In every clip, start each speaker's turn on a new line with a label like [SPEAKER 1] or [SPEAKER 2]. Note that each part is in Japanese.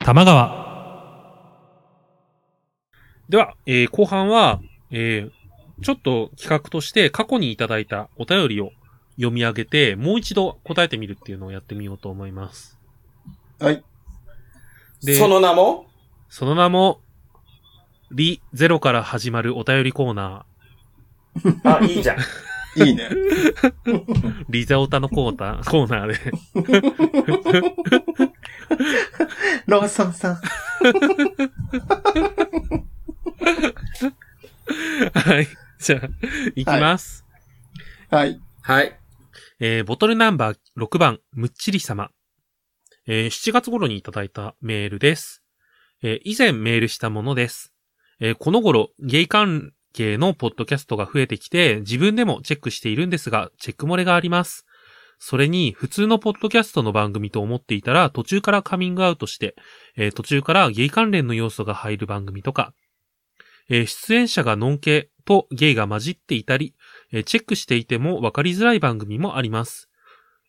[SPEAKER 1] 玉川。
[SPEAKER 2] では、えー後半は、えーちょっと企画として過去にいただいたお便りを読み上げて、もう一度答えてみるっていうのをやってみようと思います。
[SPEAKER 3] はい。
[SPEAKER 2] で
[SPEAKER 3] その名も
[SPEAKER 2] その名も、リゼロから始まるお便りコーナ
[SPEAKER 4] あ、いいじゃん。
[SPEAKER 3] いいね。
[SPEAKER 2] ー、リザオタのコーナー、コーナーで、
[SPEAKER 4] ローソンさん。
[SPEAKER 2] はい。じゃあ、いきます。
[SPEAKER 3] はい。
[SPEAKER 4] はい。
[SPEAKER 2] えーボトルナンバー6番、むっちり様。えー7月頃にいただいたメールです。えー以前メールしたものです。えーこの頃、ゲイ関係のポッドキャストが増えてきて、自分でもチェックしているんですが、チェック漏れがあります。それに、普通のポッドキャストの番組と思っていたら、途中からカミングアウトして、えー途中からゲイ関連の要素が入る番組とか、えー出演者がノン系とゲイが混じっていたり、えーチェックしていても分かりづらい番組もあります。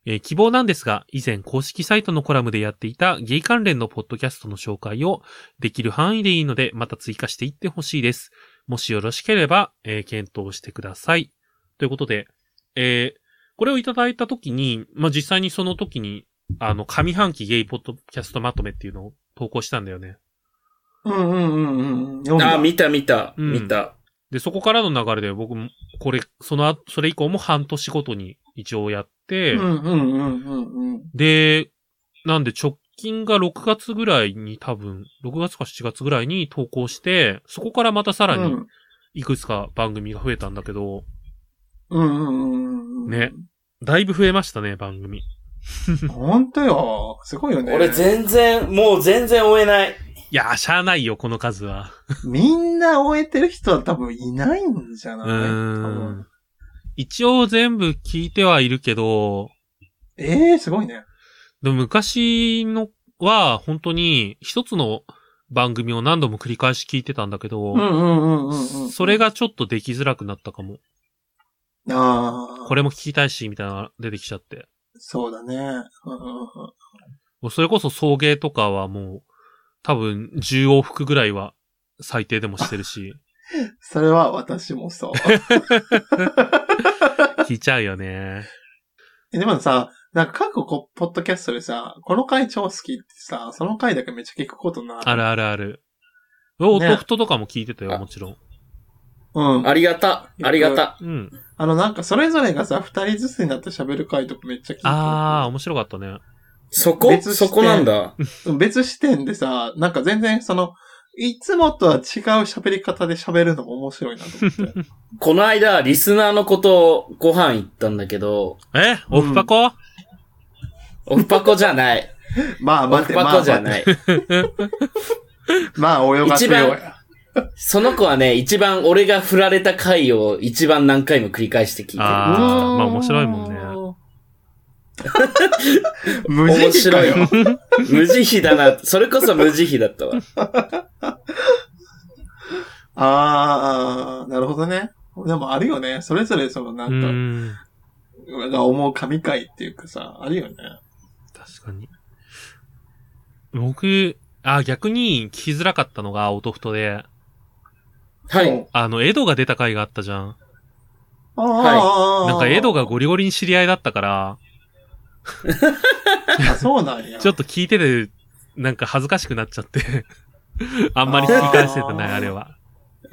[SPEAKER 2] えー希望なんですが、以前公式サイトのコラムでやっていたゲイ関連のポッドキャストの紹介をできる範囲でいいので、また追加していってほしいです。もしよろしければ、えー検討してください。ということで、えーこれをいただいたときに、まあ、実際にその時に、あの、上半期ゲイポッドキャストまとめっていうのを投稿したんだよね。
[SPEAKER 4] うんうんうんうん。読んだ
[SPEAKER 3] あ、見た見た、
[SPEAKER 2] うん
[SPEAKER 3] 見た。
[SPEAKER 2] で、そこからの流れで僕も、これ、その後、それ以降も半年ごとに一応やって、
[SPEAKER 4] うんうんうんうんうん。
[SPEAKER 2] で、なんで直近が6月ぐらいに多分、6月か7月ぐらいに投稿して、そこからまたさら
[SPEAKER 4] う
[SPEAKER 2] に
[SPEAKER 4] ん
[SPEAKER 2] いくつか番組が増えたんだけど、
[SPEAKER 4] うんうんうんうん。
[SPEAKER 2] ね。だいぶ増えましたね、番組。
[SPEAKER 4] ほんとよ。すごいよね。
[SPEAKER 3] 俺全然、もう全然追えない。
[SPEAKER 2] いやー、しゃあないよ、この数は。
[SPEAKER 4] みんな終えてる人は多分いないんじゃな
[SPEAKER 2] う
[SPEAKER 4] い
[SPEAKER 2] ー
[SPEAKER 4] 多
[SPEAKER 2] ん
[SPEAKER 4] 分。
[SPEAKER 2] 一応全部聞いてはいるけど、
[SPEAKER 4] ええすごいね。
[SPEAKER 2] でも昔のは本当に一つの番組を何度も繰り返し聞いてたんだけど、
[SPEAKER 4] うんうんうんうんうん。
[SPEAKER 2] それがちょっとできづらくなったかも。
[SPEAKER 4] ああ。
[SPEAKER 2] これも聞きたいし、みたいなのが出てきちゃって。
[SPEAKER 4] そうだね。うんうんうん
[SPEAKER 2] もうそれこそ送迎とかはもう、多分10往復ぐらいは最低でもしてる し、
[SPEAKER 4] それは私もそう。
[SPEAKER 2] 聞いちゃうよね。
[SPEAKER 4] えでもさ、なんか各こポッドキャストでさ、この回超好きってさ、その回だけめっちゃ聞くことな。
[SPEAKER 2] あるあるある。お、
[SPEAKER 4] ね
[SPEAKER 2] トフトとかも聞いてたよ、もちろん。
[SPEAKER 4] うん。
[SPEAKER 3] ありがた、ありがた。
[SPEAKER 2] うん。
[SPEAKER 4] あのなんかそれぞれがさ、二人ずつになって喋る回とかめっちゃ聞いてる
[SPEAKER 2] あー、面白かったね。
[SPEAKER 3] そこ
[SPEAKER 4] 別視点
[SPEAKER 3] そこなんだ。
[SPEAKER 4] 別視点でさ、なんか全然その、いつもとは違う喋り方で喋るのも面白いなと思って。
[SPEAKER 3] この間、リスナーのことをご飯行ったんだけど、
[SPEAKER 2] えオフパコ、
[SPEAKER 3] オフパコじゃない。
[SPEAKER 4] まあ
[SPEAKER 3] オ
[SPEAKER 4] 待っ
[SPEAKER 3] フ
[SPEAKER 4] て、まあ
[SPEAKER 3] パコじゃ
[SPEAKER 4] 待っ
[SPEAKER 3] ない。
[SPEAKER 4] てまあ泳がせようや。
[SPEAKER 3] その子はね、一番俺が振られた回を一番何回も繰り返して聞いて
[SPEAKER 2] あ
[SPEAKER 3] る。
[SPEAKER 2] ー
[SPEAKER 4] うー
[SPEAKER 2] まあ面白いもんね。
[SPEAKER 4] 無
[SPEAKER 3] 面
[SPEAKER 4] 慈悲か
[SPEAKER 3] 白い
[SPEAKER 4] よ。。
[SPEAKER 3] 無慈悲だな。それこそ無慈悲だ ったわ。
[SPEAKER 4] あーあー、なるほどね。でもあるよね。それぞれそのな
[SPEAKER 2] うー
[SPEAKER 4] んか、
[SPEAKER 2] ん。
[SPEAKER 4] が思う神回っていうかさ、あるよね。
[SPEAKER 2] 確かに。僕、あ、逆に聞きづらかったのが、オトフトで、
[SPEAKER 3] はい。
[SPEAKER 2] あの、エドが出た回があったじゃん。
[SPEAKER 4] ああ、
[SPEAKER 2] なんか、エドが
[SPEAKER 4] ご
[SPEAKER 2] ゴリゴリに知り合いだったから、
[SPEAKER 4] あ、 そうなんや。
[SPEAKER 2] ちょっと聞いてて、なんか恥ずかしくなっちゃって。 あんまり聞き返せてない、
[SPEAKER 4] あー
[SPEAKER 2] あれは。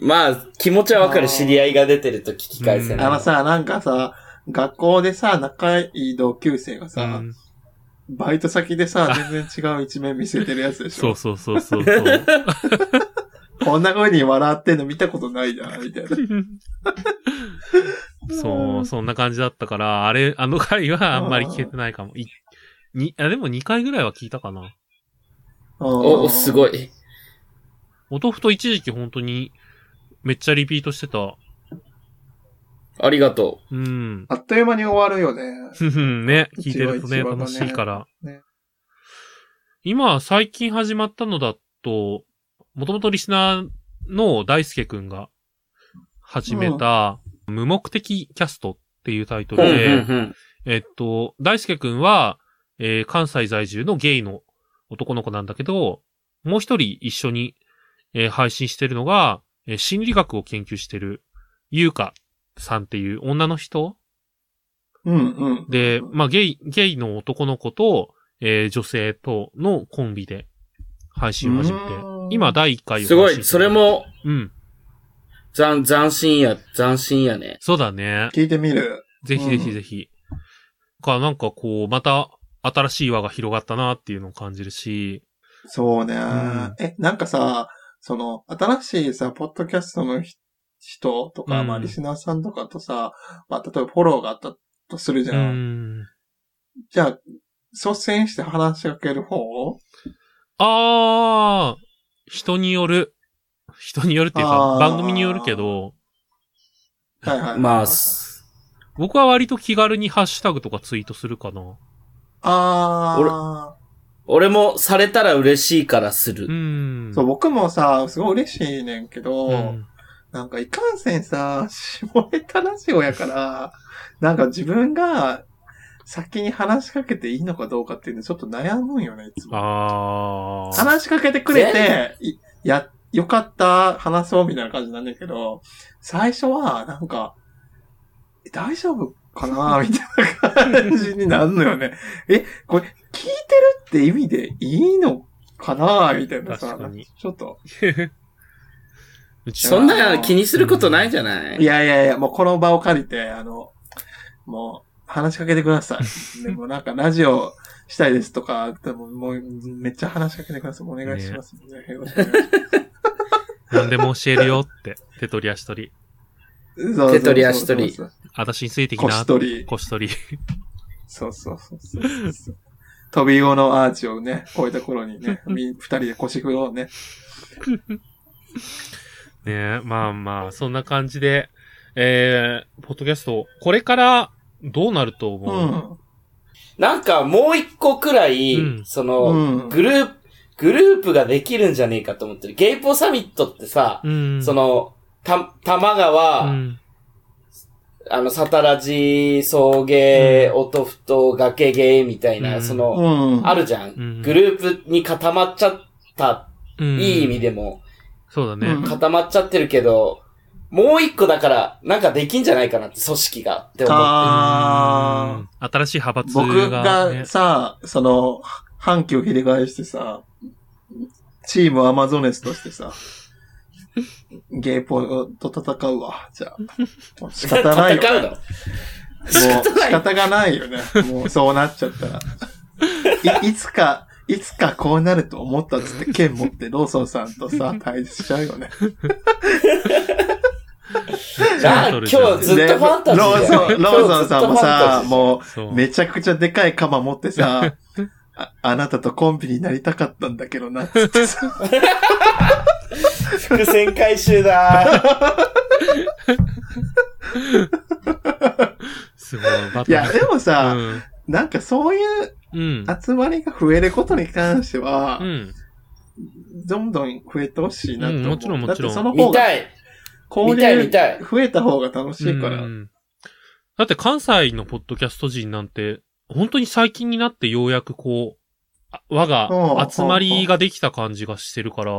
[SPEAKER 3] まあ、気持ちはわかる。知り合いが出てると聞き返せ
[SPEAKER 2] うん
[SPEAKER 3] ない。
[SPEAKER 4] あのさ、なんかさ、学校でさ、仲いい同級生が
[SPEAKER 2] う
[SPEAKER 4] さ、
[SPEAKER 2] ん、
[SPEAKER 4] バイト先で さ、全然違う一面見せてるやつでし
[SPEAKER 2] そ
[SPEAKER 4] ょ
[SPEAKER 2] う。そうそうそうそう。
[SPEAKER 4] こんな風に笑ってんの見たことないじゃん、みた いな。
[SPEAKER 2] そう、そんな感じだったから、あれ、あの回はあんまり聞けてないかも。いに、あ、でも2回ぐらいは聞いたかな。
[SPEAKER 3] お、おす
[SPEAKER 4] い。
[SPEAKER 3] ごい。
[SPEAKER 2] 音ふと一時期本当に、めっちゃリピートしてた。
[SPEAKER 3] ありがと
[SPEAKER 2] うん。
[SPEAKER 4] あっという間に終わるよね。
[SPEAKER 2] ふふんね、聞いてるとね、
[SPEAKER 4] 一話一話がね
[SPEAKER 2] 楽しいから。
[SPEAKER 4] ね
[SPEAKER 2] 今、最近始まったのだと、もともとリスナーの大輔くんが始めた、無目的キャストっていうタイト
[SPEAKER 3] う。う
[SPEAKER 2] ル
[SPEAKER 3] んう
[SPEAKER 2] で、
[SPEAKER 3] ん
[SPEAKER 2] えっと、大輔くんは、えー関西在住のゲイの男の子なんだけど、もう一人一緒に、えー配信してるのが、えー心理学を研究してる、ゆうかさんっていう女の人
[SPEAKER 4] うんうん。
[SPEAKER 2] で、まあ、ゲイ、ゲイの男の子と、えー女性とのコンビで配信を始めて
[SPEAKER 4] うーん、
[SPEAKER 2] 今第1回を配信
[SPEAKER 3] すごい、それ。も、
[SPEAKER 2] うん。
[SPEAKER 3] 斬、斬新や、斬新やね。
[SPEAKER 2] そうだね。
[SPEAKER 4] 聞いてみる。
[SPEAKER 2] ぜひぜ
[SPEAKER 4] う
[SPEAKER 2] ひ
[SPEAKER 4] ん
[SPEAKER 2] ぜひ。か、なんかこう、また新しい輪が広がったなっていうのを感じるし、
[SPEAKER 4] そうね、
[SPEAKER 2] ん
[SPEAKER 4] え、なんかさ、その、新しいさ、ポッドキャストのひ人とか、
[SPEAKER 2] うん
[SPEAKER 4] まあ、リスナーさんとかとさ、まあ、例えばフォローがあったとするじ
[SPEAKER 2] う
[SPEAKER 4] ゃん。
[SPEAKER 2] ん。
[SPEAKER 4] じゃあ、率先して話しかける方
[SPEAKER 2] あー、人による。人によるっていう
[SPEAKER 4] あ
[SPEAKER 2] か、
[SPEAKER 4] ー
[SPEAKER 2] 番組によるけど、
[SPEAKER 4] はいはい。
[SPEAKER 3] まあ、す
[SPEAKER 2] 僕は割と気軽にハッシュタグとかツイートするかな。
[SPEAKER 4] あ
[SPEAKER 3] 俺もされたら嬉しいからす
[SPEAKER 2] う
[SPEAKER 3] る。
[SPEAKER 2] ん。
[SPEAKER 4] ーそう、僕もさ、すごい嬉しいねんけど、
[SPEAKER 2] うん。
[SPEAKER 4] なんかいかんせんさ、下ネタラジオやから、なんか自分が先に話しかけていいのかどうかっていうのちょっと悩むんよね、いつも。
[SPEAKER 2] あー。
[SPEAKER 4] 話しかけてくれて、いや、よかった、話そうみたいな感じなんだけど、最初は、なんか、え大丈夫 かなみたいな感じになるのよね。え、これ、聞いてるって意味でいいのかなみたいなさ、
[SPEAKER 2] 確か
[SPEAKER 4] なん
[SPEAKER 2] に
[SPEAKER 4] かちょっと。
[SPEAKER 2] うち
[SPEAKER 3] そんな気にすることないじゃない
[SPEAKER 4] いやいやいや、もうこの場を借りて、あの、もう、話しかけてくださ い。でもなんか、ラジオしたいですとか、でももう、めっちゃ話しかけてください。お願いします。よろしくお願いします
[SPEAKER 2] 何でも教えるよって。手取り足取り。
[SPEAKER 4] 手
[SPEAKER 3] 手取り足取り。
[SPEAKER 2] 私についてきな。
[SPEAKER 4] 腰取り。
[SPEAKER 2] 腰取り。
[SPEAKER 4] そうそうそうそうそう。飛び魚のアーチをね、越えた頃に ね、み二人で腰振ろうね。
[SPEAKER 2] ねえ、まあまあ、そんな感じで、えー、ポッドキャスト、これからどうなると
[SPEAKER 4] う
[SPEAKER 2] 思う、
[SPEAKER 4] ん。
[SPEAKER 3] なんかもう一個くらい、
[SPEAKER 2] うん
[SPEAKER 3] そうの、
[SPEAKER 4] ん。
[SPEAKER 3] グループ、グループができるんじゃねえかと思ってる。ゲイポサミットってさ、
[SPEAKER 2] うん、
[SPEAKER 3] そ、の、た、玉
[SPEAKER 2] う
[SPEAKER 3] 川、
[SPEAKER 2] ん、
[SPEAKER 3] あの、サタラジ、送迎、音ふと、崖芸みたいな、
[SPEAKER 2] うん
[SPEAKER 3] そうの、
[SPEAKER 4] ん。
[SPEAKER 3] あるじゃ。
[SPEAKER 2] うんん
[SPEAKER 3] グループに固まっちゃった、
[SPEAKER 2] うん
[SPEAKER 3] いい意味。でも、
[SPEAKER 2] そうだね。
[SPEAKER 4] うん
[SPEAKER 3] 固まっちゃってるけど、もう一個だから、なんかできんじゃないかなって、組織が、って思う。
[SPEAKER 4] あー。
[SPEAKER 2] うん新しい派閥が、ね。
[SPEAKER 4] 僕がさ、その、反旗をひれ返してさ、チームアマゾネスとし てさ、ゲイポと戦うわ、じゃあ。仕方ないよ。
[SPEAKER 3] 戦うの
[SPEAKER 4] もう
[SPEAKER 3] 仕方ない
[SPEAKER 4] 仕方がない よね。もうそうなっちゃったら。いいつか、いつかこうなると思ったっつって剣持ってローソンさんとさ、対立しちゃうよね。
[SPEAKER 3] じゃあ、今日 ずっとファンタジー
[SPEAKER 4] で
[SPEAKER 3] だよ
[SPEAKER 4] ローソ ン、ローソンさんもさ、も
[SPEAKER 2] そう
[SPEAKER 4] う、めちゃくちゃでかい鎌持ってさ、 ああなたとコンビになりたかったんだけどな、つってさ。
[SPEAKER 3] 伏線回収だ。
[SPEAKER 2] すごい、バ
[SPEAKER 4] いや、でもさ、
[SPEAKER 2] うん。
[SPEAKER 4] なんかそういう
[SPEAKER 2] うん。
[SPEAKER 4] 集まりが増えることに関しては
[SPEAKER 2] う、ん。
[SPEAKER 4] どんどん増えてほしいなと思う。
[SPEAKER 2] うんもちろんもちろん
[SPEAKER 4] だってその方
[SPEAKER 3] 見
[SPEAKER 4] が、
[SPEAKER 3] たい。
[SPEAKER 4] 交
[SPEAKER 3] 見たい見
[SPEAKER 4] 流
[SPEAKER 3] たい。
[SPEAKER 4] 増えた方が楽しいから
[SPEAKER 2] う。んだって関西のポッドキャスト人なんて、本当に最近になってようやくこう、あ我が集まりができた感じがしてるから、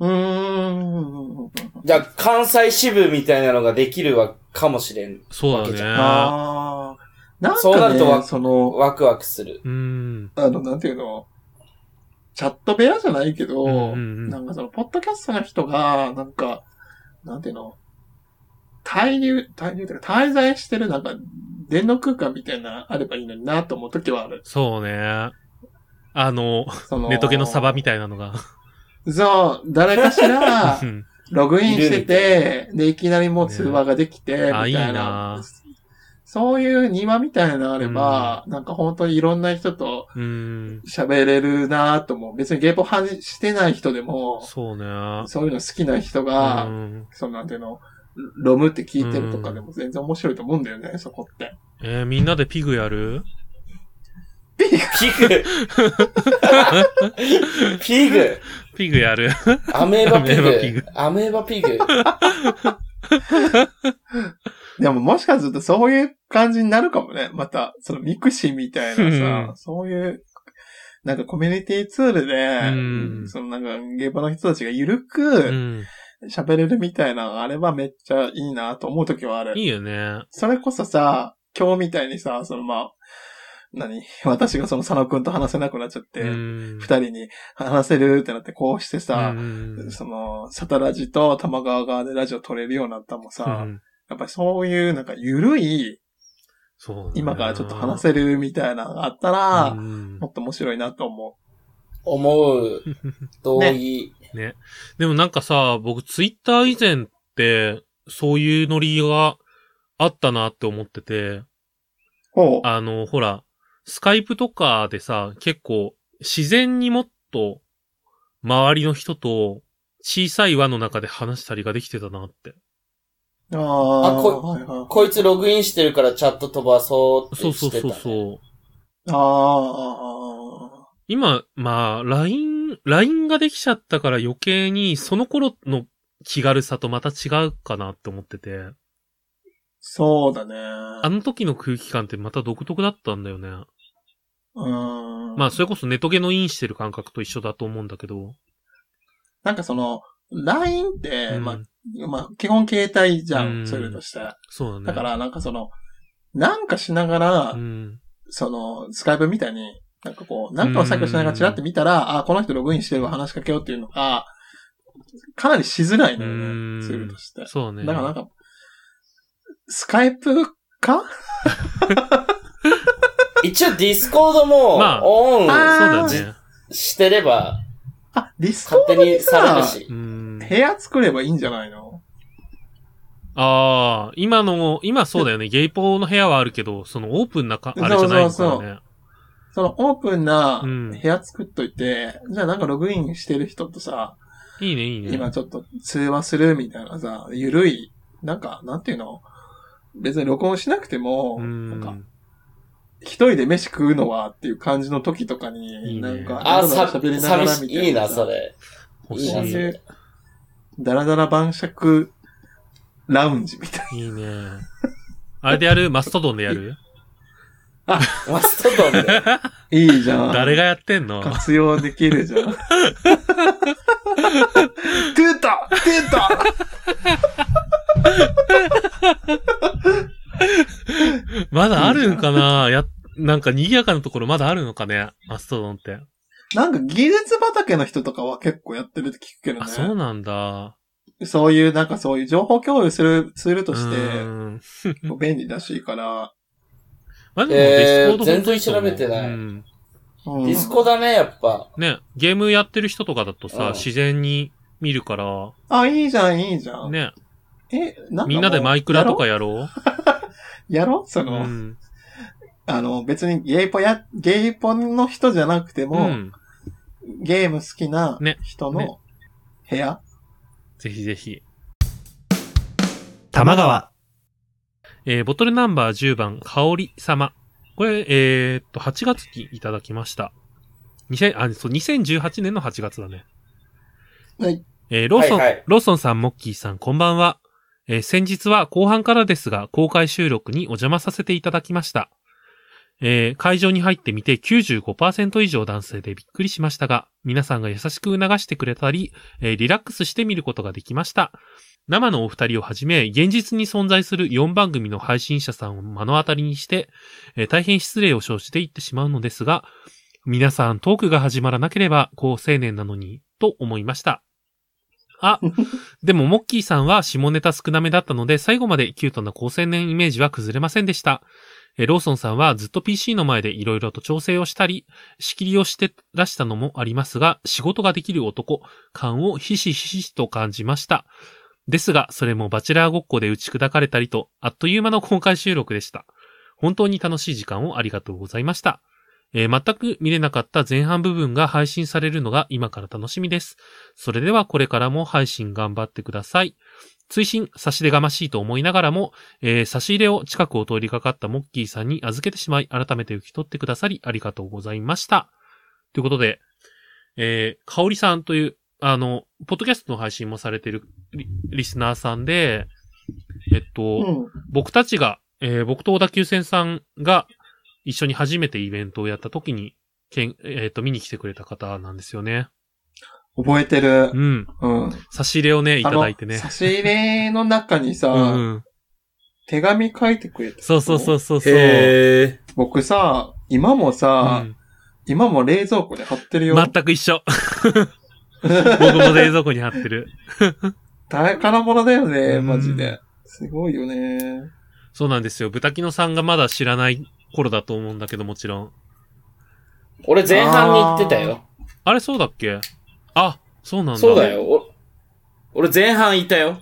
[SPEAKER 4] うーん。
[SPEAKER 3] じゃあ、関西支部みたいなのができるわ、かもしれん。
[SPEAKER 2] そうだね。
[SPEAKER 4] ああ。なん
[SPEAKER 3] そう
[SPEAKER 4] か
[SPEAKER 3] なると
[SPEAKER 4] ね、
[SPEAKER 3] わ
[SPEAKER 4] その、
[SPEAKER 3] ワクワクする。
[SPEAKER 2] うん。
[SPEAKER 4] あの、なんていうの、チャット部屋じゃないけど、
[SPEAKER 2] うんうん
[SPEAKER 4] なんかその、ポッドキャストの人が、なんか、なんていうの、滞留、滞留というか、滞在してる、なんか、電脳空間みたいな、あればいいのになと思うときはある。
[SPEAKER 2] そうね。あの、
[SPEAKER 4] その、
[SPEAKER 2] ネトゲのサバみたいなの が。
[SPEAKER 4] そう、誰かし ら
[SPEAKER 2] う、ん
[SPEAKER 4] ログインしてて、で、いきなりもう通話ができて、み
[SPEAKER 2] あ
[SPEAKER 4] た
[SPEAKER 2] い
[SPEAKER 4] い
[SPEAKER 2] い
[SPEAKER 4] な。
[SPEAKER 2] な
[SPEAKER 4] そういう庭みたいなのあれば、なんか本当にいろんな人と
[SPEAKER 2] うん。
[SPEAKER 4] 喋れるなと思う。別にゲーポ反してない人でも、
[SPEAKER 2] そうね。
[SPEAKER 4] そういうの好きな人
[SPEAKER 2] う
[SPEAKER 4] が、
[SPEAKER 2] ん
[SPEAKER 4] そのなんていうの、ロムって聞いてるとかでも全然面白いと思うんだよね、そこって。
[SPEAKER 2] えーみんなでピグやる
[SPEAKER 3] ピグ。 ピグ。
[SPEAKER 2] ピグ やる。
[SPEAKER 3] アメーバピ
[SPEAKER 2] アメーバピ
[SPEAKER 3] グ
[SPEAKER 2] グ。
[SPEAKER 3] アメーバピグ。
[SPEAKER 4] でももしかするとそういう感じになるかもね。また、そのミクシーみたいなさ、
[SPEAKER 2] う
[SPEAKER 4] そういうなんかコミュニティツール
[SPEAKER 2] うん
[SPEAKER 4] で、そのなんか現場の人たちがゆる
[SPEAKER 2] う
[SPEAKER 4] く
[SPEAKER 2] ん。
[SPEAKER 4] 喋れるみたいなのがあればめっちゃいいなと思う時はある。
[SPEAKER 2] いいよね。
[SPEAKER 4] それこそさ、今日みたいにさ、そのまあ、何 私がその佐野くんと話せなくなっちゃって、二、
[SPEAKER 2] うん
[SPEAKER 4] 人に話せるってなってこうしてさ
[SPEAKER 2] う、ん
[SPEAKER 4] その、サタラジと玉川側でラジオ撮れるようになったもさ、
[SPEAKER 2] うん
[SPEAKER 4] やっぱりそういうなんかゆるい、
[SPEAKER 2] そう。
[SPEAKER 4] 今からちょっと話
[SPEAKER 2] る
[SPEAKER 4] せるみたいなのがあったら、
[SPEAKER 2] うん
[SPEAKER 4] もっと面白いなと思
[SPEAKER 3] 思う。同意。
[SPEAKER 2] でもなんかさ、僕ツイッター以前って、そういうノリがあったなって思ってて、
[SPEAKER 4] う。ほう。
[SPEAKER 2] あの、ほら、スカイプとかでさ、結構自然にもっと周りの人と小さい輪の中で話したりができてたなって。
[SPEAKER 4] あー
[SPEAKER 3] あこ
[SPEAKER 4] は
[SPEAKER 3] い
[SPEAKER 4] いはい
[SPEAKER 3] こいつログインしてるからチャット飛ばそうっ
[SPEAKER 2] そ
[SPEAKER 3] て
[SPEAKER 2] うそ
[SPEAKER 3] し
[SPEAKER 2] うそ
[SPEAKER 3] てた、
[SPEAKER 2] う
[SPEAKER 3] ね。
[SPEAKER 2] そう。
[SPEAKER 4] あーあ
[SPEAKER 2] 今、まあ、LINE、LINE ができちゃったから余計にその頃の気軽さとまた違うかなって思ってて、
[SPEAKER 4] ー、そうだね。
[SPEAKER 2] あの時の空気感ってまた独特だったんだよね。
[SPEAKER 4] うーん。
[SPEAKER 2] まあ、それこそネトゲのインしてる感覚と一緒だと思うんだけど。
[SPEAKER 4] なんかその、LINE って、
[SPEAKER 2] うん
[SPEAKER 4] まあ、まあ、基本携帯じゃ、
[SPEAKER 2] うんん
[SPEAKER 4] ツールとして。
[SPEAKER 2] そうだね。
[SPEAKER 4] だから、なんかその、なんかしながら、
[SPEAKER 2] うん。
[SPEAKER 4] その、スカイプみたいに、なんかこう、なんかを作業しながらチラって見たら、あ、この人ログインしてるわ、話しかけようっていうのが、かなりしづらいのよね
[SPEAKER 2] うん、
[SPEAKER 4] ツールとして。だ
[SPEAKER 2] そうだね。
[SPEAKER 4] からなんか、スカイプか
[SPEAKER 3] 一応ディスコードも
[SPEAKER 2] まあ
[SPEAKER 3] オン
[SPEAKER 4] あー
[SPEAKER 2] そうだね。
[SPEAKER 3] してれば
[SPEAKER 4] あ、ディスコ
[SPEAKER 3] 勝
[SPEAKER 4] ー
[SPEAKER 3] 手
[SPEAKER 4] ドに
[SPEAKER 3] にされる
[SPEAKER 4] さ、
[SPEAKER 3] し
[SPEAKER 2] う。ん。
[SPEAKER 4] 部屋作ればいいんじゃないの
[SPEAKER 2] ああ、今の、今そうだよね。ゲイポーの部屋はあるけど、そのオープンなか、あれじゃないのか
[SPEAKER 4] そう
[SPEAKER 2] ら
[SPEAKER 4] そう
[SPEAKER 2] ね。
[SPEAKER 4] そのオープンな
[SPEAKER 2] うん
[SPEAKER 4] 部屋作っといて、じゃあなんかログインしてる人とさ、
[SPEAKER 2] いいね、いいね。
[SPEAKER 4] 今ちょっと通話するみたいなさ、ゆるい、なんか、なんていうの別に録音しなくても、
[SPEAKER 2] う
[SPEAKER 4] なんか
[SPEAKER 2] ん。
[SPEAKER 4] 一人で飯食うのはっていう感じの時とか
[SPEAKER 2] いいね
[SPEAKER 4] に、なんか、
[SPEAKER 3] あー、
[SPEAKER 4] だら
[SPEAKER 3] さ、
[SPEAKER 4] だら喋りながらみ
[SPEAKER 3] 寂
[SPEAKER 4] た
[SPEAKER 3] し。
[SPEAKER 4] ない
[SPEAKER 3] いいな、そ。れ。
[SPEAKER 2] 欲
[SPEAKER 3] いい
[SPEAKER 2] し
[SPEAKER 3] な、そ
[SPEAKER 2] い。
[SPEAKER 3] れ。
[SPEAKER 4] だらだら晩酌、ラウンジみたい
[SPEAKER 2] いいね。あれでやるマストドンでやる
[SPEAKER 3] マストドンで。
[SPEAKER 4] な。いいじゃん。
[SPEAKER 2] 誰がやってんの
[SPEAKER 4] 活用できるじゃ ん。トゥートトゥート
[SPEAKER 2] まだあるんかなや、なんか賑やかなところまだあるのかねマストドンって。
[SPEAKER 4] なんか技術畑の人とかは結構やってるって聞くけど
[SPEAKER 2] あ、
[SPEAKER 4] ね。
[SPEAKER 2] そうなんだ。
[SPEAKER 4] そういう、なんかそういう情報共有するツールとし
[SPEAKER 2] う
[SPEAKER 4] て、
[SPEAKER 2] ん
[SPEAKER 4] 便利だしから。
[SPEAKER 2] まあでもディスコード
[SPEAKER 3] えー
[SPEAKER 2] 本当にいいと思う
[SPEAKER 3] 全然調べてない
[SPEAKER 2] うん
[SPEAKER 4] う
[SPEAKER 3] デ
[SPEAKER 4] ん
[SPEAKER 3] ィスコだね、やっぱ。
[SPEAKER 2] ね、ゲームやってる人とかだと
[SPEAKER 3] う
[SPEAKER 2] さ
[SPEAKER 3] ん、
[SPEAKER 2] 自然に見るから、
[SPEAKER 4] あ、いいじゃん、いいじゃん。
[SPEAKER 2] ね、
[SPEAKER 4] え、なんかもう
[SPEAKER 2] みんなでマイクラとかやろ
[SPEAKER 4] やろやろそう
[SPEAKER 2] う
[SPEAKER 4] の、
[SPEAKER 2] ん。
[SPEAKER 4] あの、別にゲイポや、ゲイポの人じゃなくて
[SPEAKER 2] う
[SPEAKER 4] も、
[SPEAKER 2] ん。
[SPEAKER 4] ゲーム好きな
[SPEAKER 2] ね
[SPEAKER 4] 人
[SPEAKER 2] ね
[SPEAKER 4] の部屋、
[SPEAKER 2] ぜひぜひ。
[SPEAKER 1] 玉川。
[SPEAKER 2] えーボトルナンバー10番、香り様。これ、えーっと、8月期いただきました。2000、あ、そう、2018年の8月だね。
[SPEAKER 4] はい。
[SPEAKER 2] えーローソン、
[SPEAKER 3] はいはい
[SPEAKER 2] ローソンさん、モッキーさん、こんばんは。えー先日は後半からですが、公開収録にお邪魔させていただきました。えー会場に入ってみて95%以上男性でびっくりしましたが、皆さんが優しく促してくれたり、えーリラックスして見ることができました。生のお二人をはじめ、現実に存在する4番組の配信者さんを目の当たりにして、えー大変失礼を生じて言ってしまうのですが、皆さんトークが始まらなければ、高青年なのに、と思いました。あ、でもモッキーさんは下ネタ少なめだったので、最後までキュートな高青年イメージは崩れませんでした。えーローソンさんはずっと PC の前で色々と調整をしたり、仕切りをしてらしたのもありますが、仕事ができる男感をひしひしと感じました。ですが、それもバチェラーごっこで打ち砕かれたりと、あっという間の公開収録でした。本当に楽しい時間をありがとうございました。えー全く見れなかった前半部分が配信されるのが今から楽しみです。それではこれからも配信頑張ってください。追伸、差し出がましいと思いながらも、えー差し入れを近くを通りかかったモッキーさんに預けてしまい、改めて受け取ってくださり、ありがとうございました。ということで、えー、かおりさんという、あの、ポッドキャストの配信もされているリリスナーさんで、えっと、
[SPEAKER 4] うん。
[SPEAKER 2] 僕たちが、えー僕と小田急線さんが一緒に初めてイベントをやった時にけん、えっ、と、見に来てくれた方なんですよね。
[SPEAKER 4] 覚えてる
[SPEAKER 2] う。ん。
[SPEAKER 4] うん。
[SPEAKER 2] 差し入れをね、いただいて
[SPEAKER 4] あの
[SPEAKER 2] ね
[SPEAKER 4] 差。し入れの中にさ、
[SPEAKER 2] うん。
[SPEAKER 4] 手紙書いてくれた。
[SPEAKER 2] そうそうそうそうそう。
[SPEAKER 3] へ
[SPEAKER 4] 僕さ、今もさ、
[SPEAKER 2] うん
[SPEAKER 4] 今も冷蔵庫で貼ってるよ。
[SPEAKER 2] 全く一緒。 僕も冷蔵庫に貼ってる。
[SPEAKER 4] 宝物だよね、
[SPEAKER 2] うん
[SPEAKER 4] マジで。すごいよね。
[SPEAKER 2] そうなんですよ。ブタキノさんがまだ知らない頃だと思うんだけど、もちろん。
[SPEAKER 3] ー俺前半に言ってたよ。
[SPEAKER 2] あれそうだっけあ、そうなんだ。
[SPEAKER 3] そうだ。よ。お俺前半いたよ。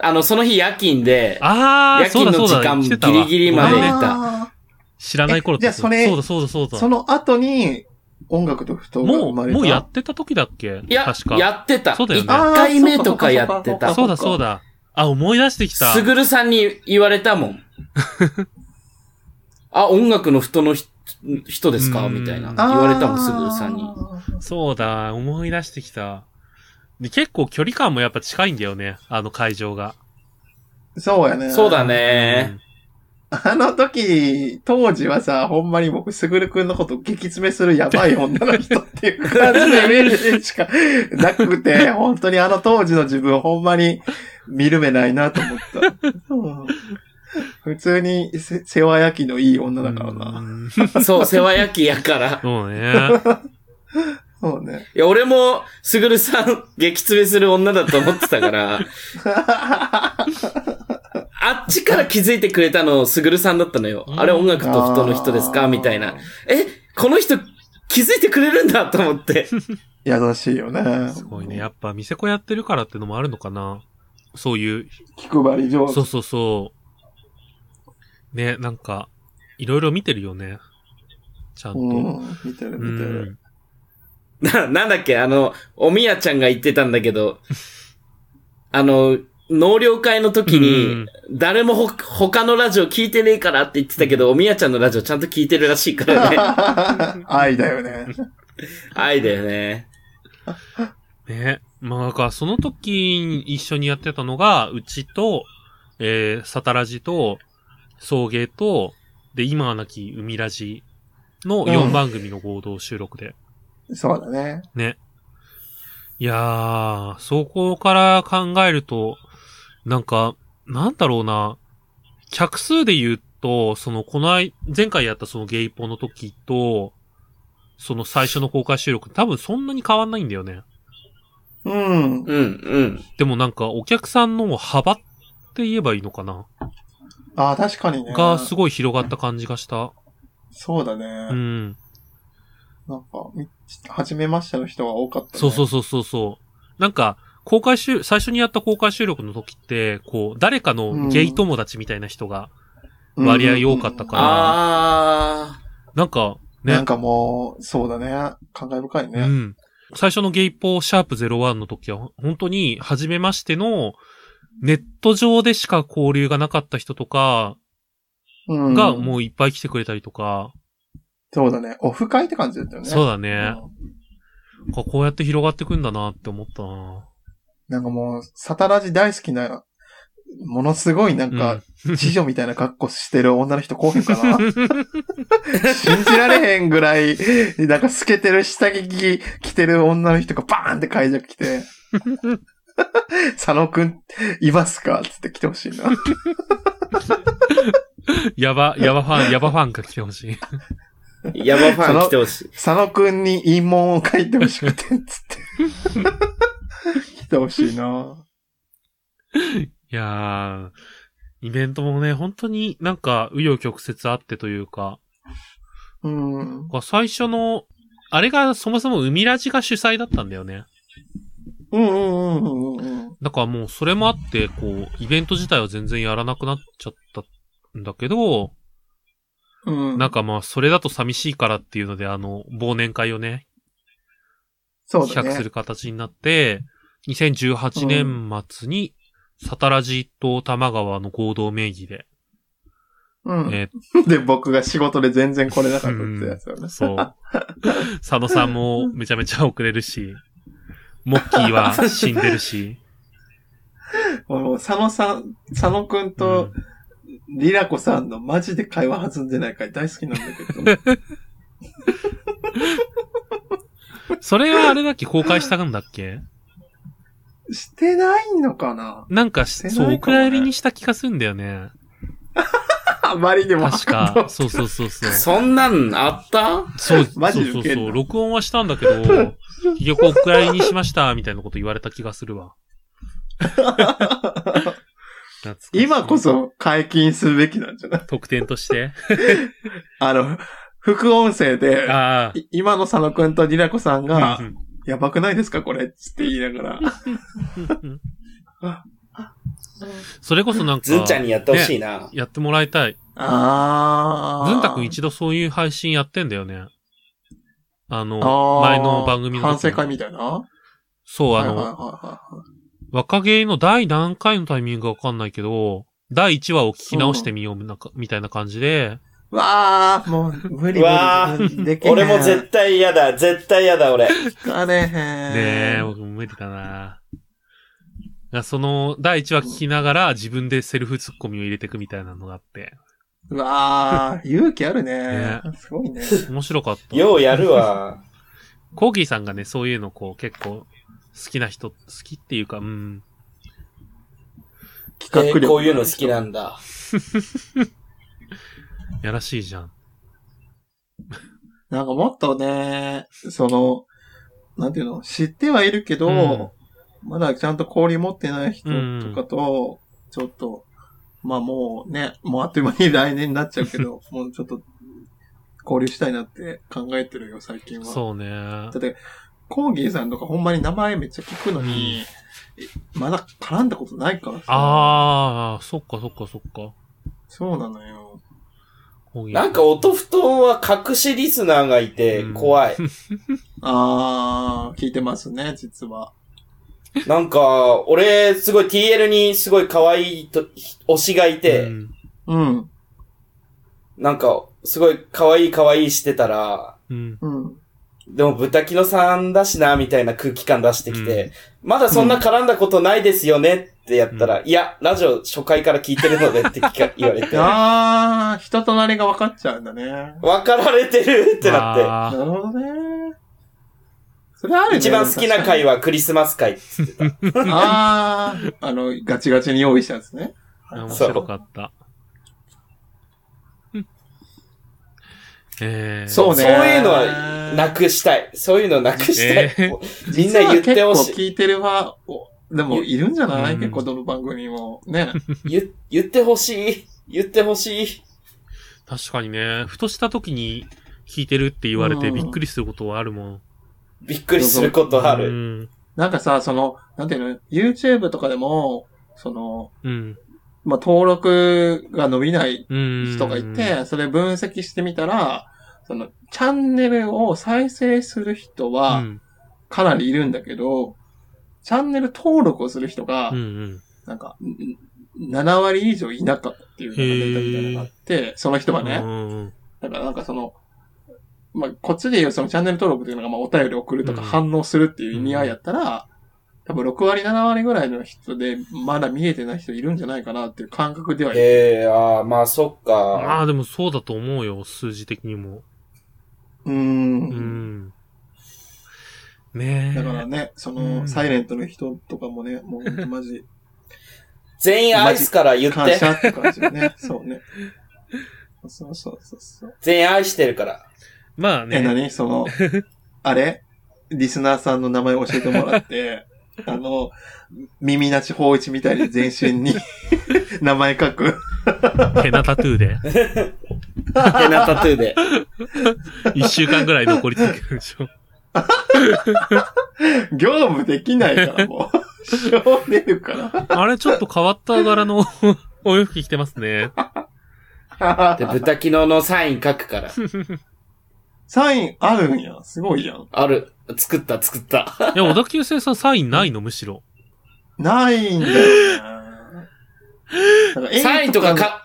[SPEAKER 2] あ
[SPEAKER 3] の、その日夜勤で、
[SPEAKER 2] あー、
[SPEAKER 3] 夜
[SPEAKER 2] そう
[SPEAKER 3] 勤
[SPEAKER 2] だ
[SPEAKER 3] の
[SPEAKER 2] そうだ。
[SPEAKER 3] 時間
[SPEAKER 2] 来てたわ
[SPEAKER 3] ギリギリま
[SPEAKER 2] ご
[SPEAKER 3] で
[SPEAKER 2] めんね
[SPEAKER 3] あ
[SPEAKER 2] 知らない頃って
[SPEAKER 4] えじゃあそれ
[SPEAKER 2] そうだそうだそう
[SPEAKER 4] ー
[SPEAKER 2] だ
[SPEAKER 4] そ。の後に、音楽と不当が
[SPEAKER 2] も
[SPEAKER 4] 生ま
[SPEAKER 2] う、
[SPEAKER 4] れた。
[SPEAKER 2] もうやってた時だっけ
[SPEAKER 3] いや
[SPEAKER 2] 確、か。
[SPEAKER 3] やってた。
[SPEAKER 2] そうだよね
[SPEAKER 3] 1回目とかやって
[SPEAKER 4] あー
[SPEAKER 3] た。
[SPEAKER 2] そうだそうだ。あ、思い出してきた
[SPEAKER 3] す。ぐるさんに言われたもん。あ、音楽の人のひ人ですか
[SPEAKER 2] うん
[SPEAKER 3] みたいな。
[SPEAKER 2] あ
[SPEAKER 3] 言われたもん、すぐるさんに。
[SPEAKER 2] そうだ、思い出してきた。で結構距離感もやっぱ近いんだよね。あの会場が。
[SPEAKER 4] に。そうやね。
[SPEAKER 3] そうだ
[SPEAKER 2] う
[SPEAKER 3] ね
[SPEAKER 2] ん。
[SPEAKER 4] あの時、当時はさ、ほんまに僕、すぐるくんのこと激詰めするやばい女の人っていう感じのイメージしか なくて、本当にあの当時の自分、ほんまに見る目ないなと思った。うん普通にせ世話焼きのいい女だから
[SPEAKER 2] う
[SPEAKER 4] な。
[SPEAKER 2] ん
[SPEAKER 3] そう、世話焼きやから。
[SPEAKER 2] そうね。
[SPEAKER 4] そうね。
[SPEAKER 3] いや、俺も、すぐるさん、激詰めする女だと思って たから、あっちから気づいてくれたの、すぐるさんだったのよ。あれ、音楽と布団の人ですかみたいな。。え、この人、気づいてくれるんだと思って。
[SPEAKER 4] 優しいよね。
[SPEAKER 2] すごいね。やっぱ、店子やってるからってのもあるのかな。そういう、
[SPEAKER 4] 気配り上手
[SPEAKER 2] そ。うそうそう。ね、なんか、いろいろ見てるよね。ちゃんと。
[SPEAKER 4] うん。見てる
[SPEAKER 2] う
[SPEAKER 4] 見て
[SPEAKER 2] ん
[SPEAKER 4] る。。
[SPEAKER 3] な、なんだっけ、あの、おみやちゃんが言ってたんだけど、 あの、納涼会の時に、誰もほ、他のラジオ聞いてねえからって言ってたけど、おみやちゃんのラジオちゃんと聞いてるらしいから ね。
[SPEAKER 4] 愛だよね。
[SPEAKER 3] 愛だよね。
[SPEAKER 2] ね。まあ、なんか、その時、一緒にやってたのが、うちと、えー、サタラジと、送迎と、で、今はなき海ラジの
[SPEAKER 4] うん
[SPEAKER 2] 4番組の合同収録で。
[SPEAKER 4] そうだね。
[SPEAKER 2] ね。いやー、そこから考えると、なんか、なんだろうな、客数で言うと、その、この間、前回やったそのゲイポの時と、その最初の公開収録、多分そんなに変わんないんだよね。
[SPEAKER 4] うん。
[SPEAKER 3] うん、うん。
[SPEAKER 2] でもなんか、お客さんの幅って言えばいいのかな
[SPEAKER 4] ああ、確かにね。
[SPEAKER 2] が、すごい広がった感じがした。
[SPEAKER 4] そうだね。
[SPEAKER 2] うん。
[SPEAKER 4] なんか、み初めましての人が多かった、ね。
[SPEAKER 2] そうそうそうそうそう。なんか、公開収、最初にやった公開収録の時って、こう、誰かのゲイ友達みたいな人が、
[SPEAKER 4] うん
[SPEAKER 2] 割合多かったから
[SPEAKER 3] あ
[SPEAKER 2] なんか、ね、
[SPEAKER 4] なんかもう、そうだね。感慨深いうね。
[SPEAKER 2] ん。最初のゲイポーシャープ01の時は、本当に、初めましての、ネット上でしか交流がなかった人とか、
[SPEAKER 4] うん。
[SPEAKER 2] が
[SPEAKER 4] う。
[SPEAKER 2] もういっぱい来てくれたりとか、
[SPEAKER 4] そうだね。オフ会って感じだったよね。
[SPEAKER 2] そう
[SPEAKER 4] う
[SPEAKER 2] だね。
[SPEAKER 4] ん
[SPEAKER 2] こうやって広がってくんだなって思ったな
[SPEAKER 4] なんかもう、サタラジ大好きな、ものすごいなん
[SPEAKER 2] うん
[SPEAKER 4] か、 次女みたいな格好してる女の人来へんかな信じられへんぐらい、なんか透けてる下着着てる女の人がバーンって会場来て、佐野くん、いますかつって来てほしいな。
[SPEAKER 2] やば、やばファン、やばファンが来てほしい。
[SPEAKER 3] あ、ヤバファン来てほしい。
[SPEAKER 4] 佐野くんに陰謀を書いてほしくて、つって。来てほしいない
[SPEAKER 2] やー、イベントもね、本当になんか、紆余曲折あってというか、
[SPEAKER 4] うん。
[SPEAKER 2] こう最初の、あれがそもそも海ラジが主催だったんだよね。
[SPEAKER 4] うんうんうんうんうん。
[SPEAKER 2] だからもうそれもあって、こう、イベント自体は全然やらなくなっちゃったんだけど、
[SPEAKER 4] うん。
[SPEAKER 2] なんかまあ、それだと寂しいからっていうので、あの、忘年会をね、
[SPEAKER 4] そうだ
[SPEAKER 2] 企画す
[SPEAKER 4] ね。
[SPEAKER 2] る形になって、2018年末に、サタラジと玉川の合同名義で、
[SPEAKER 4] うん。
[SPEAKER 2] えー
[SPEAKER 4] で、僕が仕事で全然来れなかったってやつよね。
[SPEAKER 2] そう。佐野さんもめちゃめちゃ遅れるし、モッキーは死んでるし。
[SPEAKER 4] もう、佐野さん、佐野くんと、リラコ さんのマジで会話弾んでない回大好きなんだけど。
[SPEAKER 2] それはあれだっけ公開したんだっけ
[SPEAKER 4] してないのかな
[SPEAKER 2] なんかし、
[SPEAKER 4] してないか
[SPEAKER 2] そ
[SPEAKER 4] も
[SPEAKER 2] う、
[SPEAKER 4] ね
[SPEAKER 2] お蔵入りにした気がするんだよね。
[SPEAKER 4] あまりにも
[SPEAKER 2] 確か。そうそうそうそう。
[SPEAKER 3] そんなんあった
[SPEAKER 2] そう、
[SPEAKER 4] マジで
[SPEAKER 2] そうそ
[SPEAKER 4] ウケ
[SPEAKER 2] うんそ
[SPEAKER 4] の
[SPEAKER 2] う。録音はしたんだけど、結局お蔵入りにしました、みたいなこと言われた気がするわ。懐かしい
[SPEAKER 4] 今こ。そ解禁すべきなんじゃない
[SPEAKER 2] 特典として。
[SPEAKER 4] あの、副音声で、
[SPEAKER 2] あ
[SPEAKER 4] い今の佐野くんとリラコさん
[SPEAKER 2] あ
[SPEAKER 4] が、。やばくないですかこれっつって言いなが ら。
[SPEAKER 2] それこそなんか、
[SPEAKER 3] ずんちゃんにやってほしいな。
[SPEAKER 2] やってもらいたい。
[SPEAKER 4] あー。
[SPEAKER 2] ずんたくん一度そういう配信やってんだよね。あの、
[SPEAKER 4] あー
[SPEAKER 2] 前の番組の時
[SPEAKER 4] 反省会みたいな
[SPEAKER 2] そう、あの、
[SPEAKER 4] はいはいはいはい
[SPEAKER 2] 若芸の第何回のタイミングかわかんないけど、第1話を聞き直してみよう、なんか、みたいな感じで、
[SPEAKER 4] うわあ、もう、無理無
[SPEAKER 3] うわー
[SPEAKER 4] 理無理。できへん
[SPEAKER 3] 俺も絶対嫌だ、絶対嫌だ、俺。
[SPEAKER 4] かれへ
[SPEAKER 2] ね
[SPEAKER 4] ん。
[SPEAKER 2] え、僕無理だなあその、第1話聞きながら自分でセルフツッコミを入れていくみたいなのがあって、
[SPEAKER 4] うわあ、勇気あるね
[SPEAKER 2] ね。
[SPEAKER 4] すごいね。
[SPEAKER 2] 面白かった。
[SPEAKER 3] ようやるわ。
[SPEAKER 2] コーギーさんがね、そういうのこう、結構、好きな人、好きっていうか、うん、
[SPEAKER 4] 企画力。
[SPEAKER 3] えーこういうの好きなんだ。
[SPEAKER 2] やらしいじゃん。
[SPEAKER 4] なんかもっとね、その、なんていうの、知ってはいるけど、
[SPEAKER 2] うん
[SPEAKER 4] まだちゃんと氷持ってない人とかと、ちょっと、まあもうね、もうあっという間に来年になっちゃう けど、もうちょっと、交流したいなって考えてるよ、最近は。
[SPEAKER 2] そうね。
[SPEAKER 4] だって、コーギーさんとかほんまに名前めっちゃ聞くのに、えまだ絡んだことないからさ。
[SPEAKER 2] ああ、そっかそっかそっか。
[SPEAKER 4] そうなのよ。
[SPEAKER 2] コーギーさ
[SPEAKER 3] なんか、音布団は隠しリスナーがいて
[SPEAKER 2] う、ん
[SPEAKER 3] 怖い。
[SPEAKER 4] あー、聞いてますね、実は。
[SPEAKER 3] なんか、俺、すごい TL にすごい可愛いと推しがいて、
[SPEAKER 2] うん、
[SPEAKER 4] うん、
[SPEAKER 3] なんか、すごい可愛い可愛いしてたら、
[SPEAKER 2] うん。
[SPEAKER 4] うん。
[SPEAKER 3] でも豚キノさんだしな、みたいな空気感出してきて、まだそんな絡んだことないですよねってやったら、いや、ラジオ初回から聞いてるのでって聞か言われ て、分
[SPEAKER 4] あー、人となりが分かっちゃうんだね。
[SPEAKER 3] かられてるってなっ
[SPEAKER 4] な
[SPEAKER 2] あー
[SPEAKER 4] るほどね。それある
[SPEAKER 3] て、
[SPEAKER 4] ね
[SPEAKER 3] 一番好きな回はクリスマス回。
[SPEAKER 4] 確かにあー、あの、ガチガチに用意したやつね。
[SPEAKER 2] 面白かった。うんえー、
[SPEAKER 4] そうね。
[SPEAKER 3] そういうのはなくしたい。そういうのなくしたい。
[SPEAKER 2] え
[SPEAKER 3] みんな言ってほし
[SPEAKER 4] 実は結
[SPEAKER 3] い。
[SPEAKER 4] 構聞いてるは、おでもいるんじゃない、
[SPEAKER 2] うん
[SPEAKER 4] 結構どの番組も。ね。
[SPEAKER 3] 言言ってほしい。言ってほしい。
[SPEAKER 2] 確かにね、ふとした時に聞いてるって言われて
[SPEAKER 4] うん
[SPEAKER 2] びっくりすることはあるもん。
[SPEAKER 3] びっくりすることあ
[SPEAKER 2] う
[SPEAKER 3] る。
[SPEAKER 2] ん。
[SPEAKER 4] なんかさ、その、なんていうの、YouTube とかでも、その、
[SPEAKER 2] うん。
[SPEAKER 4] まあ、登録が伸びない
[SPEAKER 2] うん。
[SPEAKER 4] 人がいて、それ分析してみたら、その、チャンネルを再生する人
[SPEAKER 2] うん、
[SPEAKER 4] はかなりいるんだけど、チャンネル登録をする人が、
[SPEAKER 2] うんうん。
[SPEAKER 4] なんか、んん7割以上いなかったっていうのが出たみたいなのがあって、その人はね、
[SPEAKER 2] ね。
[SPEAKER 4] だからなんかその、まあ、こっちで言うそのチャンネル登録っていうのが、まあ、お便り送るとか
[SPEAKER 2] うん
[SPEAKER 4] 反応するっていう意味合いやったら、多分6割、7割ぐらいの人で、まだ見えてない人いるんじゃないかなっていう感覚ではいる。
[SPEAKER 3] ええああ、まあそっ
[SPEAKER 2] ま
[SPEAKER 3] か。
[SPEAKER 2] あでもそうだと思うよ、数字的にも。
[SPEAKER 4] うー。
[SPEAKER 2] うんん。ねえ。
[SPEAKER 4] だからね、そ
[SPEAKER 2] うん
[SPEAKER 4] の、サイレントの人とかも ね、もう本当マジ、
[SPEAKER 3] 全員愛すから言っ
[SPEAKER 4] 感
[SPEAKER 3] て。
[SPEAKER 4] 謝って感じだ ね。そうね。そうそうそうそう。
[SPEAKER 3] 全員愛してるから。
[SPEAKER 2] まあ
[SPEAKER 4] え、
[SPEAKER 2] ね。
[SPEAKER 4] 何そ の、あれリスナーさんの名前教えてもら って、あの、耳なし法一みたいに全身に 名前書く。
[SPEAKER 2] ヘナタトゥーで。
[SPEAKER 3] ヘナタトゥー で。
[SPEAKER 2] 一週間ぐらい残り続けるでしょ。
[SPEAKER 4] 業務できないからもう。症出るから。
[SPEAKER 2] あれ、ちょっと変わった柄の お洋服着てますね。
[SPEAKER 3] で、豚キノのサイン書くから。
[SPEAKER 4] サインあるんや。すごいやん。
[SPEAKER 3] ある。作った、作った。
[SPEAKER 2] いや、小田急線さんサインないの、むしろ。
[SPEAKER 4] ないんだよ な。だら絵
[SPEAKER 3] サインとかか、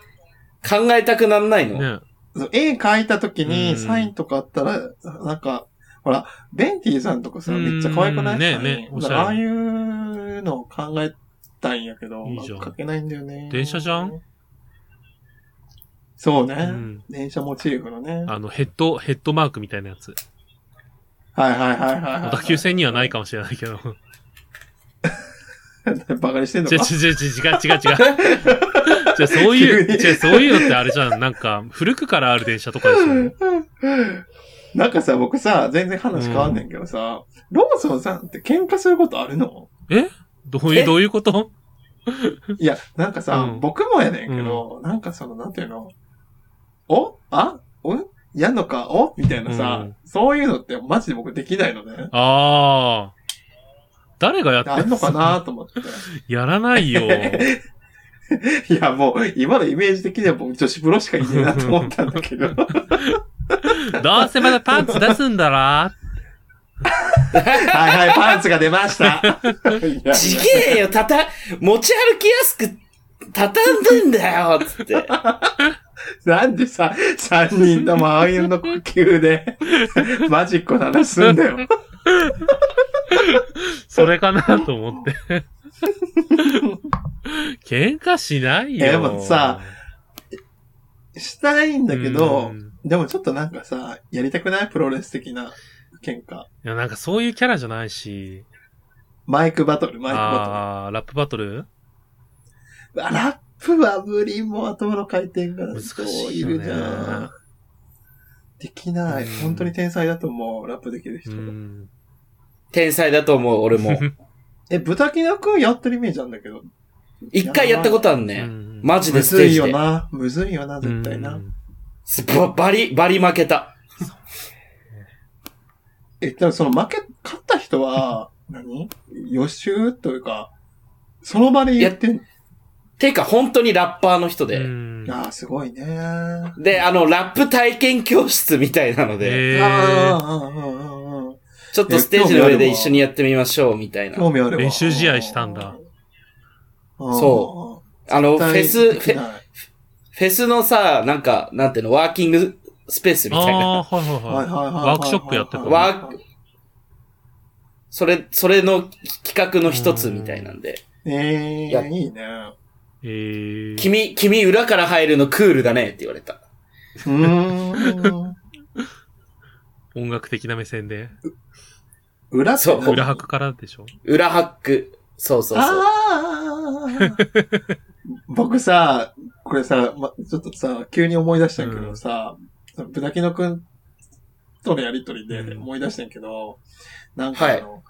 [SPEAKER 3] 考えたくなんないの、
[SPEAKER 2] ね。
[SPEAKER 4] そう絵描いた時
[SPEAKER 2] うん
[SPEAKER 4] にサインとかあったら、なんか、ほら、ベンティさんとかさ、
[SPEAKER 2] うん
[SPEAKER 4] めっちゃ可愛くない
[SPEAKER 2] ね
[SPEAKER 4] サイン
[SPEAKER 2] ねおしゃれ
[SPEAKER 4] だからああいうのを考えたんやけど、
[SPEAKER 2] いいじゃん
[SPEAKER 4] 描けないんだよね。
[SPEAKER 2] 電車じゃん
[SPEAKER 4] そうね、
[SPEAKER 2] うん
[SPEAKER 4] 電車モチーフのね。
[SPEAKER 2] あの、ヘッド、ヘッドマークみたいなやつ。
[SPEAKER 4] はいはいはいはいはい。
[SPEAKER 2] 小田急線にはないかもしれないけど。
[SPEAKER 4] バカにしてんの
[SPEAKER 2] 違う
[SPEAKER 4] か
[SPEAKER 2] 違う違う違う違う違う。 じゃそういう、
[SPEAKER 4] 急に
[SPEAKER 2] じゃそういうのってあれじゃん。なんか、古くからある電車とかでしょ。
[SPEAKER 4] なんかさ、僕さ、全然話変わんねんけどさ、ローソンさんって喧嘩することあるの
[SPEAKER 2] どういう、
[SPEAKER 3] え
[SPEAKER 2] どういうこと
[SPEAKER 4] いや、なんかさ、
[SPEAKER 2] うん
[SPEAKER 4] 僕もやねんけど、なんかその、なんていうの、おあおやんのかおみたいなさ、
[SPEAKER 2] うん
[SPEAKER 4] そういうのってマジで僕できないのね。
[SPEAKER 2] ああ。誰がやって
[SPEAKER 4] あんのかなと思って。
[SPEAKER 2] やらない よ。
[SPEAKER 4] いや、もう、今のイメージ的には僕女子風呂しかいねえなと思ったん だけど。
[SPEAKER 2] どうせまたパンツ出すんだら。
[SPEAKER 4] はいはい、パンツが出ました。いや
[SPEAKER 3] ちげえよ、たた、持ち歩きやすく、畳んでんだよ、つって。
[SPEAKER 4] なんでさ、三人ともああいうの呼吸で、マジックの話すんだよ。
[SPEAKER 2] それかなと思って。喧嘩しないよ。
[SPEAKER 4] えでもさ、したいんだけ
[SPEAKER 2] う、
[SPEAKER 4] ど
[SPEAKER 2] ん
[SPEAKER 4] でもちょっとなんかさ、やりたくないプロレス的な喧嘩。
[SPEAKER 2] いや、なんかそういうキャラじゃないし。
[SPEAKER 4] マイクバトル、マイクバ
[SPEAKER 2] ああー、ラップバトル
[SPEAKER 4] トル。あラップは無理もう頭の回転が
[SPEAKER 2] 難
[SPEAKER 4] そう
[SPEAKER 2] しい
[SPEAKER 4] い
[SPEAKER 2] よね
[SPEAKER 4] るじゃん。できない。
[SPEAKER 2] うん
[SPEAKER 4] 本当に天才だと思う、ラップできる
[SPEAKER 2] う
[SPEAKER 4] 人。
[SPEAKER 2] ん。
[SPEAKER 3] 天才だと思う、俺も。
[SPEAKER 4] え、ブタキナ君やってるイメージなんだけど。
[SPEAKER 3] 一回やったことあるね。
[SPEAKER 2] ん
[SPEAKER 3] マジ
[SPEAKER 4] む
[SPEAKER 3] でス
[SPEAKER 4] ず
[SPEAKER 3] テー
[SPEAKER 4] い
[SPEAKER 3] ジ
[SPEAKER 4] よ
[SPEAKER 3] で。
[SPEAKER 4] な。むずいよな、絶対
[SPEAKER 2] う
[SPEAKER 4] な。
[SPEAKER 2] ん
[SPEAKER 3] すばバリ、バリ負けた。
[SPEAKER 4] え、でもその負け、勝った 人は、何予習というか、その場で言ってんの
[SPEAKER 3] てか、本当にラッパーの人で。
[SPEAKER 2] うん
[SPEAKER 4] ああ、すごいね。
[SPEAKER 3] で、あの、ラップ体験教室みたいなので、
[SPEAKER 2] えー、
[SPEAKER 4] ああ、うんうんうんうん。
[SPEAKER 3] ちょっとステージの上で一緒にやってみましょう、みたいな。
[SPEAKER 4] 興味あるわ。
[SPEAKER 2] 練習試合したんだ
[SPEAKER 4] そ
[SPEAKER 3] あの、
[SPEAKER 4] う
[SPEAKER 3] フェス、フェフェスのさ、なんか、なんていうの、ワーキングスペースみ
[SPEAKER 2] あ
[SPEAKER 3] たいな。
[SPEAKER 2] あー、はいはいはい。ワ
[SPEAKER 4] ワ
[SPEAKER 2] ークショップやってた
[SPEAKER 3] ワークそれ、それの企画の一つみたいなんで。
[SPEAKER 4] え
[SPEAKER 3] や
[SPEAKER 4] え、いいね。
[SPEAKER 2] えー、
[SPEAKER 3] 君、君裏から入るのクールだねって言われた。
[SPEAKER 4] うーん。
[SPEAKER 2] 音楽的な目線で。
[SPEAKER 4] 裏って
[SPEAKER 3] そう
[SPEAKER 4] 何
[SPEAKER 2] 裏拍からでしょ
[SPEAKER 3] 裏ハック。そうそうそう。
[SPEAKER 4] ああ僕さ、これさ、ま、ちょっとさ、急に思い出したんやけどさ、ブダキノくんとのやりとりで
[SPEAKER 2] うん
[SPEAKER 4] 思い出したんやけど、なんかあの、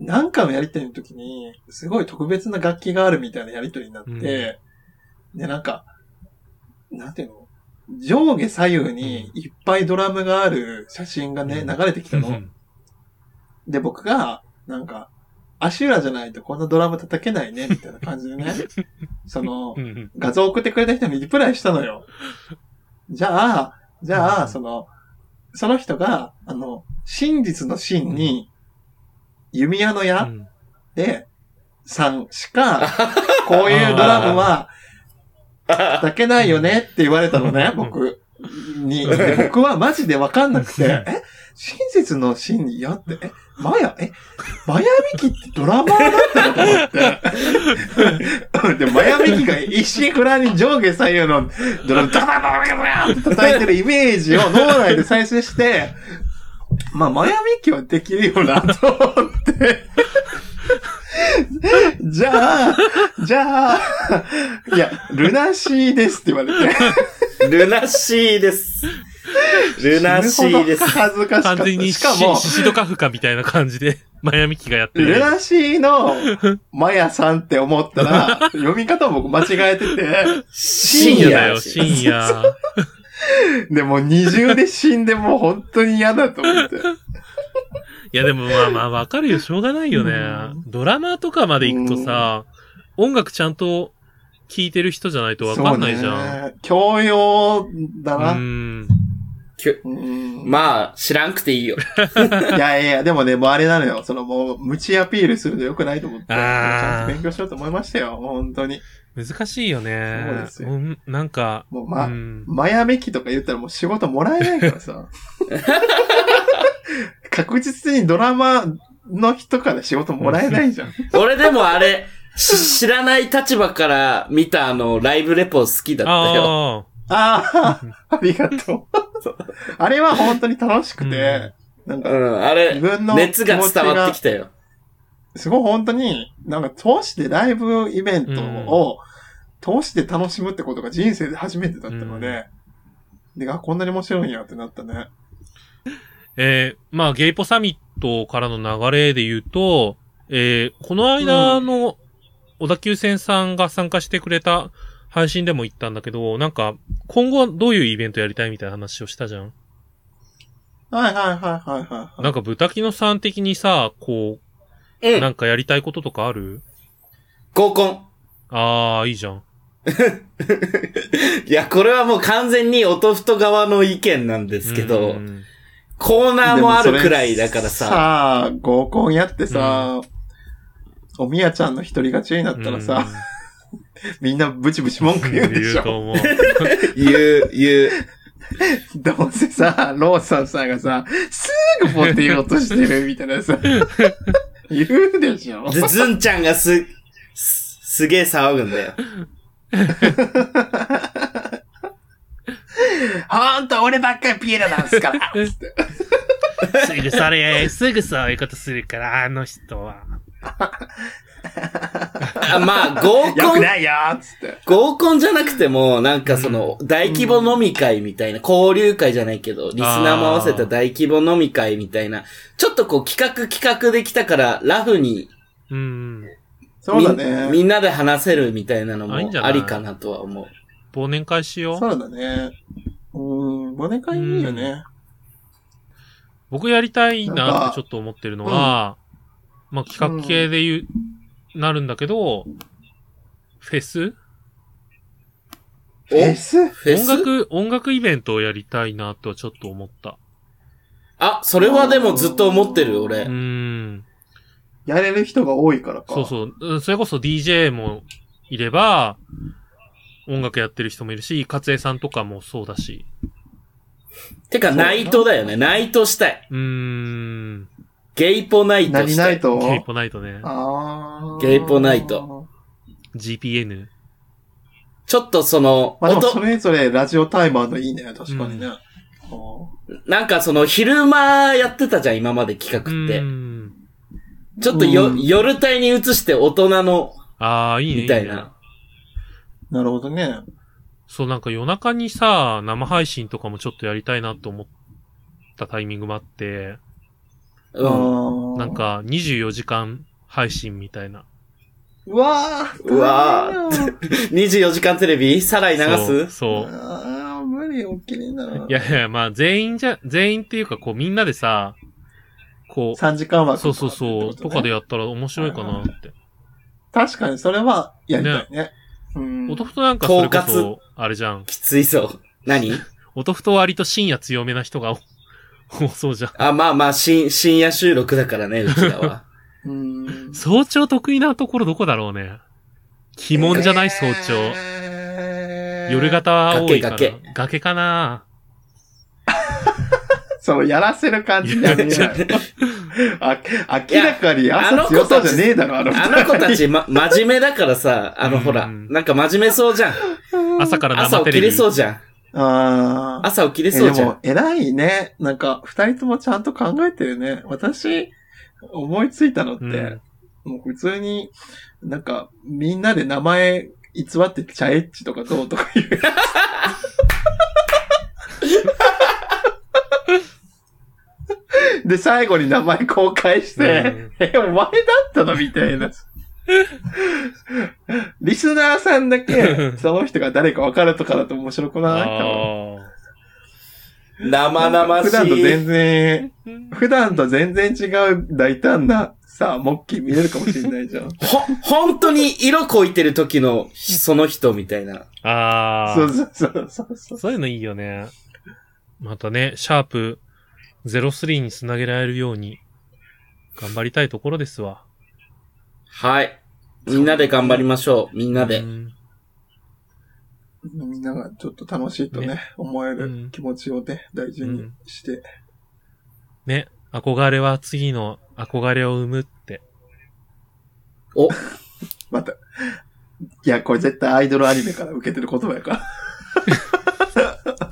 [SPEAKER 4] なんかのやりとりの時に、すごい特別な楽器があるみたいなやりとりになって、
[SPEAKER 2] うん
[SPEAKER 4] で、なんか、なんていうの上下左右にいっぱいドラムがある写真がね、
[SPEAKER 2] うん
[SPEAKER 4] 流れてきたの。で、僕が、なんか、足裏じゃないとこんなドラム叩けないね、みたいな感じ でね、その
[SPEAKER 2] う、ん
[SPEAKER 4] 画像送ってくれた人にリプライしたのよ。じゃあ、じゃ
[SPEAKER 2] うん
[SPEAKER 4] あ、その、その人が、あの、真実の真に、弓矢の
[SPEAKER 2] う
[SPEAKER 4] 矢
[SPEAKER 2] ん。
[SPEAKER 4] で、さんしか、こういうドラ ムは叩けないよねって言われたのね、
[SPEAKER 2] うん
[SPEAKER 4] 僕に。で僕はマジでわかんなくて、
[SPEAKER 2] うん
[SPEAKER 4] え真実の真に矢って、えマヤ、えマヤミキってドラマーだったのと思って。で、 マヤミキが石倉に上下左右のドラム、ダダダダダダって叩いてるイメージを脳内で再生して、まあ、マヤミキはできるよな、と思って。 じゃあ、じゃあ、いや、ルナシーですって言われて。
[SPEAKER 3] ルナシーです。ルナシーです
[SPEAKER 4] 死。ぬほど恥ずかしかっ
[SPEAKER 2] 完
[SPEAKER 4] た。
[SPEAKER 2] 全に
[SPEAKER 4] しか
[SPEAKER 2] シ
[SPEAKER 4] も、
[SPEAKER 2] シシドカフカみたいな感じ で、マヤミキがやってる。
[SPEAKER 4] ルナシーのマヤさんって思ったら、読み方を僕間違えてて、
[SPEAKER 2] 深夜だよ、
[SPEAKER 3] 深夜
[SPEAKER 2] 深夜。
[SPEAKER 4] で、もう二重で死んでもう本当に嫌だと思って。
[SPEAKER 2] いやでもまあまあわかるよ、しょうがないよね
[SPEAKER 4] うん。
[SPEAKER 2] ドラマとかまで行くとさ、音楽ちゃんと聴いてる人じゃないとわかんないじゃん。
[SPEAKER 4] ん。教養だ
[SPEAKER 2] う
[SPEAKER 4] な。
[SPEAKER 2] ん。
[SPEAKER 3] きゅ
[SPEAKER 4] うん
[SPEAKER 3] まあ、知らんくていいよ。
[SPEAKER 4] いやいや、でもね、もうあれなのよ。そのもう、無知アピールするの良くないと思って、ちゃんと勉強しようと思いましたよ。もう本当に。
[SPEAKER 2] 難しいよね。
[SPEAKER 4] そうですよ
[SPEAKER 2] んなんか、
[SPEAKER 4] もう、ま、
[SPEAKER 2] うん
[SPEAKER 4] マヤメキとか言ったらもう仕事もらえないか らさ。確実にドラマの人から仕事もらえないじゃん。
[SPEAKER 3] 俺でもあれ、し知らない立場から見たあの、ライブレポ好きだった
[SPEAKER 2] ああ。
[SPEAKER 3] よ。
[SPEAKER 4] ああ、ありがとう。あれは本当に楽しくて、なん
[SPEAKER 3] う
[SPEAKER 4] か、
[SPEAKER 3] ん、あ
[SPEAKER 4] 自
[SPEAKER 3] れ、
[SPEAKER 4] 分の
[SPEAKER 3] 熱が伝わってき
[SPEAKER 4] て。
[SPEAKER 3] たよ。
[SPEAKER 4] すごい本当に、なんか通してライブイベントを通して楽しむってことが人生で初めてだったので、で、あ、こんなに面白いんやってなったね。
[SPEAKER 2] えーまあ、ゲイポサミットからの流れで言うと、えーこの間の小田急線さんが参加してくれた配信でも言ったんだけど、なんか、今後はどういうイベントやりたいみたいな話をしたじゃん。
[SPEAKER 4] はいはいはいはいはいは
[SPEAKER 2] なんか、ブタキノさん的にさ、こ
[SPEAKER 3] う。
[SPEAKER 2] う、なんんかやりたいこととかある
[SPEAKER 3] 合コン。
[SPEAKER 2] ああ、いいじゃん。
[SPEAKER 3] いや、これはもう完全におとふと側の意見なんですけ
[SPEAKER 2] う
[SPEAKER 3] ど、
[SPEAKER 2] ん
[SPEAKER 3] コー
[SPEAKER 4] い。
[SPEAKER 3] ナーもあるくらい
[SPEAKER 4] でも
[SPEAKER 3] だ
[SPEAKER 4] それ
[SPEAKER 3] からさ、
[SPEAKER 4] さあ、合コンやってさ、おみやちゃんの一人勝ちになったらさ、、みんなブチブチ文
[SPEAKER 2] う
[SPEAKER 4] 句
[SPEAKER 2] ん
[SPEAKER 4] 言うでし
[SPEAKER 2] 言う
[SPEAKER 4] ょ。
[SPEAKER 2] と思う。
[SPEAKER 3] 言う、言う。
[SPEAKER 4] どうせさ、ローソンさんがさ、すぐポテようとしてるみたいな さ、言うでしょ。
[SPEAKER 3] ず、ずんちゃんがす、す、すげえ騒ぐんだよ。
[SPEAKER 4] ほんと俺ばっかりピエロなんす からつって。
[SPEAKER 2] すぐそれ、すぐそういうことするから、あの人は。
[SPEAKER 3] あまあ、合
[SPEAKER 4] よ
[SPEAKER 3] コ
[SPEAKER 4] く
[SPEAKER 3] ン、
[SPEAKER 4] ないよつって。
[SPEAKER 3] 合コンじゃなくても、なんかその、大規模飲み会みたいな、交流会じゃないけど、リスナーも合わせた大規模飲み会みたいな、ちょっとこう企画企画できたから、ラフに
[SPEAKER 2] うん。
[SPEAKER 4] そうだ
[SPEAKER 3] みん
[SPEAKER 4] ね。
[SPEAKER 3] みんなで話せるみたいなのも
[SPEAKER 2] あいいんじゃない
[SPEAKER 3] ありかなとは思う。
[SPEAKER 2] 忘年会しよう。
[SPEAKER 4] そうだね。うーん、忘年会いいよね。
[SPEAKER 2] 僕やりたいな
[SPEAKER 4] な
[SPEAKER 2] っ
[SPEAKER 4] ん
[SPEAKER 2] て
[SPEAKER 4] か
[SPEAKER 2] ちょっと思ってるのは、まあ企画系で言う、なるんだけど、フェス
[SPEAKER 4] フ
[SPEAKER 3] お
[SPEAKER 4] ェス
[SPEAKER 3] フェ
[SPEAKER 2] 音
[SPEAKER 3] ス
[SPEAKER 2] 楽、音楽イベントをやりたいなとはちょっと思った。
[SPEAKER 3] あ、それはでもずっと思ってる、
[SPEAKER 2] う
[SPEAKER 3] 俺。
[SPEAKER 2] ーん。
[SPEAKER 4] やれる人が多いからか。
[SPEAKER 2] そうそううん。それこそ DJ もいれば、音楽やってる人もいるし、勝江さんとかもそうだし。
[SPEAKER 3] てか、
[SPEAKER 4] そうだな
[SPEAKER 3] ナイトだよね。ナイトしたい。
[SPEAKER 2] うーん。
[SPEAKER 3] ゲイポナイト
[SPEAKER 4] 何
[SPEAKER 3] し
[SPEAKER 4] な
[SPEAKER 3] た
[SPEAKER 4] い
[SPEAKER 3] い。
[SPEAKER 4] と
[SPEAKER 2] ケイポナイトね。
[SPEAKER 4] あー
[SPEAKER 3] ゲイポナイト。
[SPEAKER 2] GPN。
[SPEAKER 3] ちょっとその、
[SPEAKER 4] まあでも
[SPEAKER 3] 音
[SPEAKER 4] それぞれラジオタイマーのいいね。確かにね。
[SPEAKER 2] う
[SPEAKER 4] あー
[SPEAKER 3] なんかその、昼間やってたじゃん、今まで企
[SPEAKER 2] う
[SPEAKER 3] 画って。
[SPEAKER 2] ーん。
[SPEAKER 3] ちょっとよ、
[SPEAKER 4] うん
[SPEAKER 3] 夜帯に移して大人の、
[SPEAKER 2] ああ、いいね。
[SPEAKER 3] みたい
[SPEAKER 2] ね
[SPEAKER 3] な。
[SPEAKER 4] なるほどね。
[SPEAKER 2] そう、なんか夜中にさ、生配信とかもちょっとやりたいなと思ったタイミングもあって、
[SPEAKER 3] うん。
[SPEAKER 4] あー
[SPEAKER 2] なん。か24時間配信みたいな。
[SPEAKER 4] うわー
[SPEAKER 3] うわー
[SPEAKER 4] 大変よ
[SPEAKER 3] 24時間テレビサライ流す
[SPEAKER 2] そうそう。
[SPEAKER 4] ああ、無理、おっきりな。
[SPEAKER 2] いやいや、まあ全員じゃ、全員っていうかこうみんなでさ、こう、
[SPEAKER 4] 3時間枠
[SPEAKER 2] そ
[SPEAKER 4] と
[SPEAKER 2] う
[SPEAKER 4] か
[SPEAKER 2] そうそう、
[SPEAKER 4] ってことね
[SPEAKER 2] かでやったら面白いかなって。
[SPEAKER 4] 確かに、それはやりたいね。うん。
[SPEAKER 2] おとふとなんかそれこ
[SPEAKER 3] 統
[SPEAKER 2] そ、あれじゃん。
[SPEAKER 3] きついそう。何
[SPEAKER 2] おとふと割と深夜強めな人が多 多そうじゃん。
[SPEAKER 3] あ、まあまあ、深深夜収録だからね、うちら は。
[SPEAKER 4] うん。
[SPEAKER 2] 早朝得意なところどこだろうね。鬼門じゃない早朝。
[SPEAKER 4] えー
[SPEAKER 2] 夜。型は多いから。
[SPEAKER 3] 崖崖
[SPEAKER 2] 崖かな
[SPEAKER 4] そう、やらせる感じやめなよ。あ、明らかに
[SPEAKER 3] いやあの
[SPEAKER 4] 朝
[SPEAKER 3] 子
[SPEAKER 4] 強そう
[SPEAKER 3] たち
[SPEAKER 4] じゃねえだろ、あの
[SPEAKER 3] あの子たち、ま、真面目だからさ、あの、ほら、
[SPEAKER 2] うん
[SPEAKER 3] なんか真面目そうじゃん。
[SPEAKER 2] 朝から
[SPEAKER 3] 朝
[SPEAKER 2] 生
[SPEAKER 3] 起
[SPEAKER 2] テ
[SPEAKER 3] き
[SPEAKER 2] レ
[SPEAKER 3] れ
[SPEAKER 2] ビ。
[SPEAKER 3] そうじゃん。
[SPEAKER 4] ああ。
[SPEAKER 3] 朝起きれ
[SPEAKER 4] え
[SPEAKER 3] そう
[SPEAKER 4] で
[SPEAKER 3] じゃ
[SPEAKER 4] も
[SPEAKER 3] ん。、
[SPEAKER 4] 偉いね。なんか、二人ともちゃんと考えてるね。私、思いついたのって、
[SPEAKER 2] うん
[SPEAKER 4] もう普通に、なんか、みんなで名前偽ってチャエッチとかどうとか言う。で、最後に名前公開して、え、お前だったのみたいな。リスナーさんだ け、その人が誰か分かるとかだと面白くない多分
[SPEAKER 2] あ
[SPEAKER 3] 生々し
[SPEAKER 4] 普
[SPEAKER 3] い。
[SPEAKER 4] 段と全然、
[SPEAKER 2] ー
[SPEAKER 4] 普段と全然違う大胆な、さあ、モッキー見れるかもしれないじゃん。
[SPEAKER 3] ほ、本当に色こいてる時の、その人みたいな。
[SPEAKER 2] あ
[SPEAKER 4] そう
[SPEAKER 2] ー。
[SPEAKER 4] そうそうそうそう。
[SPEAKER 2] そういうのいいよね。またね、シャープ03につなげられるように、頑張りたいところですわ。
[SPEAKER 3] はい。みんなで頑張りましょう。みんな
[SPEAKER 2] う
[SPEAKER 3] で。
[SPEAKER 2] ん
[SPEAKER 4] みんながちょっと楽しいとね、
[SPEAKER 2] ね
[SPEAKER 4] 思え
[SPEAKER 2] うん
[SPEAKER 4] る気持ちをね、大事にして。
[SPEAKER 2] ね、憧れは次の憧れを生むって。
[SPEAKER 3] お、
[SPEAKER 4] また。いや、これ絶対アイドルアニメから受けてる言葉やか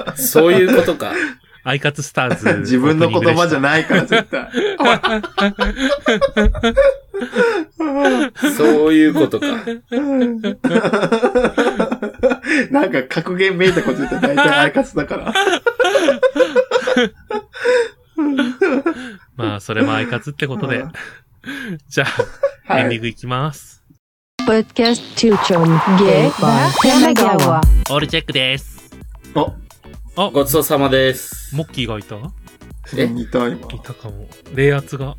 [SPEAKER 4] ら。
[SPEAKER 3] そういうことか。
[SPEAKER 2] アイカツスターズ。
[SPEAKER 4] 自分の言葉じ
[SPEAKER 2] ゃ
[SPEAKER 4] ゃないから、絶対。
[SPEAKER 3] そういうことか。
[SPEAKER 4] なんか格言めいたこと言ったら大体アイカツだから。
[SPEAKER 2] まあ、それもアイカツってことで
[SPEAKER 4] うん。
[SPEAKER 2] じゃあ、
[SPEAKER 4] は
[SPEAKER 2] エンディン
[SPEAKER 4] い。
[SPEAKER 2] グいきます。
[SPEAKER 1] Podcast Tuchom Gay by Kamagawa.
[SPEAKER 2] オールチェックです。
[SPEAKER 3] ごちそうさまです。
[SPEAKER 2] モッキーがいた
[SPEAKER 4] え似た今。
[SPEAKER 2] いたかも。冷圧が。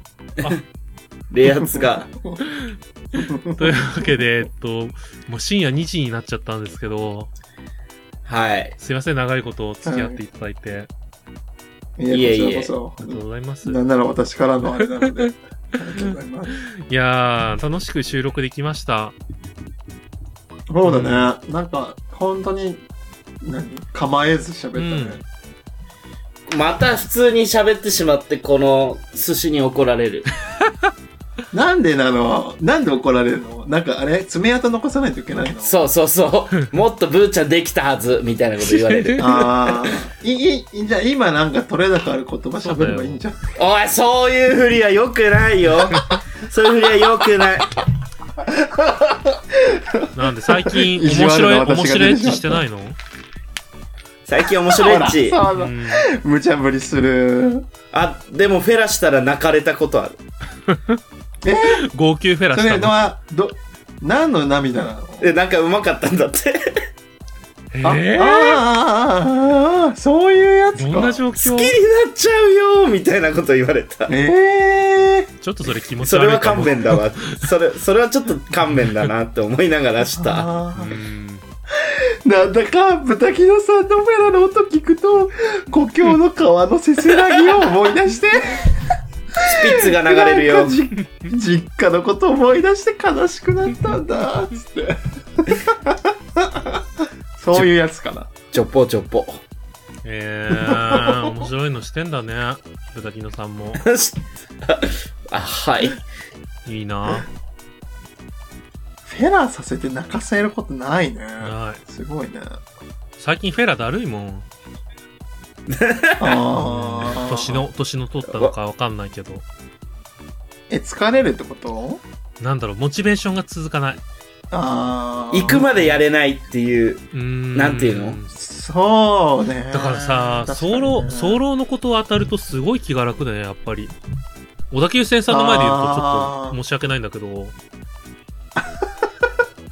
[SPEAKER 3] レアツが。
[SPEAKER 2] というわけで、えっと、もう深夜2時になっちゃったんですけど、
[SPEAKER 3] はい。
[SPEAKER 2] すいません、長いことお付き合っていただいて、
[SPEAKER 4] いや
[SPEAKER 3] いえいえ
[SPEAKER 4] こちらこ
[SPEAKER 2] ありがとうございます。
[SPEAKER 4] そ。なんなら私からのあれなので。ありがとうございます。
[SPEAKER 2] いやー、楽しく収録できました。
[SPEAKER 4] そうだね。なんか、本当に、何構えず喋ったね。
[SPEAKER 3] また普通に喋ってしまって、この寿司に怒られる。
[SPEAKER 4] なんでなのなんで怒られるのなんかあれ爪痕残さないといけない の
[SPEAKER 3] そうそうそう。もっとブーちゃんできたはず、みたいなこと言われる。
[SPEAKER 4] ああ。いい、いい、じゃあ今なんか取れ高ある言葉喋ればいいんじゃん。
[SPEAKER 3] おい、そういうふりは良くないよ。そういうふりは良くない。
[SPEAKER 2] なんで最近
[SPEAKER 4] 意地
[SPEAKER 2] 面
[SPEAKER 4] 悪
[SPEAKER 2] 白い、
[SPEAKER 4] な私が
[SPEAKER 2] 面白いエッ
[SPEAKER 4] 出て
[SPEAKER 2] チ
[SPEAKER 4] しまった
[SPEAKER 2] してないの
[SPEAKER 3] 最近面白いっち。
[SPEAKER 4] そう
[SPEAKER 2] う
[SPEAKER 4] だ
[SPEAKER 2] ん。
[SPEAKER 4] 無茶ぶりする。
[SPEAKER 3] あ、でもフェラしたら泣かれたことある。
[SPEAKER 4] え
[SPEAKER 2] 号泣フェラ
[SPEAKER 4] そ
[SPEAKER 2] した
[SPEAKER 4] れ
[SPEAKER 2] の。
[SPEAKER 4] は、ど、何の涙なの
[SPEAKER 3] え、なんかうまかったんだって。
[SPEAKER 2] え
[SPEAKER 4] あ、
[SPEAKER 2] ー
[SPEAKER 4] あーあーあーあー、そういうやつか。
[SPEAKER 2] どんな状
[SPEAKER 3] 好
[SPEAKER 2] 況
[SPEAKER 3] きになっちゃうよみたいなこと言われた。
[SPEAKER 4] ええ
[SPEAKER 2] ちょっとそれ気持ち
[SPEAKER 3] それ
[SPEAKER 2] 悪い
[SPEAKER 3] は
[SPEAKER 2] かも。
[SPEAKER 3] 勘弁だわ。それ、それはちょっと勘弁だなって思いながらし
[SPEAKER 4] ー。
[SPEAKER 3] た。
[SPEAKER 4] あー
[SPEAKER 2] うん
[SPEAKER 4] なんだか、豚木のさんのフェラの音聞くと、故郷の川のせせらぎを思い出して、
[SPEAKER 3] スピッツが流れる
[SPEAKER 4] な
[SPEAKER 3] よ
[SPEAKER 4] んか。じ実家のこと思い出して悲しくなったんだ、つって。そういうやつかな。
[SPEAKER 3] ちょっぽちょっぽ。
[SPEAKER 2] えー、面白いのしてんだね。豚キノさんも。
[SPEAKER 3] あ、はい。
[SPEAKER 2] いいな
[SPEAKER 4] フェラさせて泣かせることないね。
[SPEAKER 2] はい。
[SPEAKER 4] すごいね。
[SPEAKER 2] 最近フェラだるいもん。
[SPEAKER 4] ああ。
[SPEAKER 2] 年の、年の取ったのかわかんないけど。
[SPEAKER 4] え、疲れるってこと
[SPEAKER 2] なんだろう、モチベーションが続かない。
[SPEAKER 4] ああ。
[SPEAKER 3] 行くまでやれないっていう。
[SPEAKER 2] うーん。
[SPEAKER 3] なんていうの
[SPEAKER 4] そうね。
[SPEAKER 2] だからさ、
[SPEAKER 4] 確かに
[SPEAKER 2] 早
[SPEAKER 4] ね
[SPEAKER 2] 漏、早漏のことを当たるとすごい気が楽だね、やっぱり。小田急線さんの前で言うとちょっ
[SPEAKER 4] あ
[SPEAKER 2] と
[SPEAKER 4] ー
[SPEAKER 2] 申し訳ないんだけど。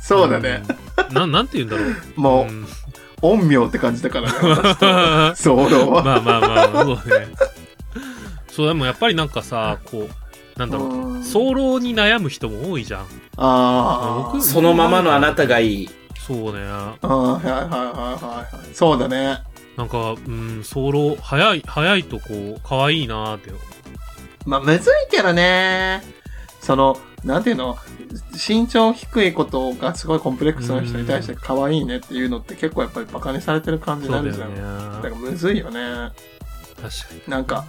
[SPEAKER 4] そうだね。
[SPEAKER 2] うん。なん、なんて言うんだろう。
[SPEAKER 4] も
[SPEAKER 2] う
[SPEAKER 4] う、
[SPEAKER 2] ん
[SPEAKER 4] 陰陽って感じだからね。私と早漏は。
[SPEAKER 2] まあまあまあ、そうね。そう、でもやっぱりなんかさ、こう、なんだろう。
[SPEAKER 4] うん
[SPEAKER 2] 早漏に悩む人も多いじゃん。
[SPEAKER 4] あ
[SPEAKER 2] 僕
[SPEAKER 4] ー
[SPEAKER 3] そのままのあなたが いい。
[SPEAKER 2] そうね。な
[SPEAKER 4] あー。はいはいはいはいはい。そうだね。
[SPEAKER 2] んか、うん、早漏、早い、早いとこう、可愛いなーって。
[SPEAKER 4] まあ、むずいけどね。その、なんていうの、身長低いことがすごいコンプレックスな人に対して可愛いねっていうのって結構やっぱりバカにされてる感じに
[SPEAKER 2] そう
[SPEAKER 4] なる
[SPEAKER 2] だ
[SPEAKER 4] じゃ
[SPEAKER 2] よ
[SPEAKER 4] ん。
[SPEAKER 2] ね
[SPEAKER 4] だ。からむずいよ
[SPEAKER 2] 確
[SPEAKER 4] ね。
[SPEAKER 2] かに。
[SPEAKER 4] なんか、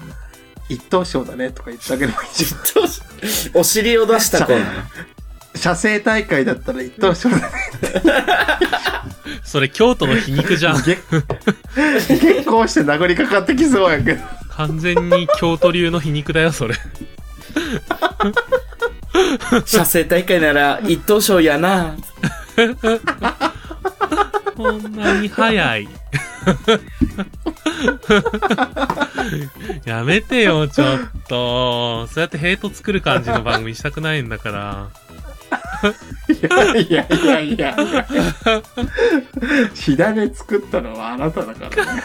[SPEAKER 4] 一等賞だねとか言ってあげればいいじゃん
[SPEAKER 3] お尻を出した子なの。
[SPEAKER 4] 写生大会だったら一等賞だね。
[SPEAKER 2] それ、京都の皮肉 じゃん。
[SPEAKER 4] 結婚して殴りかかってきそうやけど。
[SPEAKER 2] 完全に京都流の皮肉だよ、それ。
[SPEAKER 3] 射精大会なら一等賞やな。
[SPEAKER 2] ほんまに早い。 やめてよ、ちょっと。そうやってヘイト作る感じの番組したくないんだから。
[SPEAKER 4] いやいや いやいや。火種作ったのはあなただからね。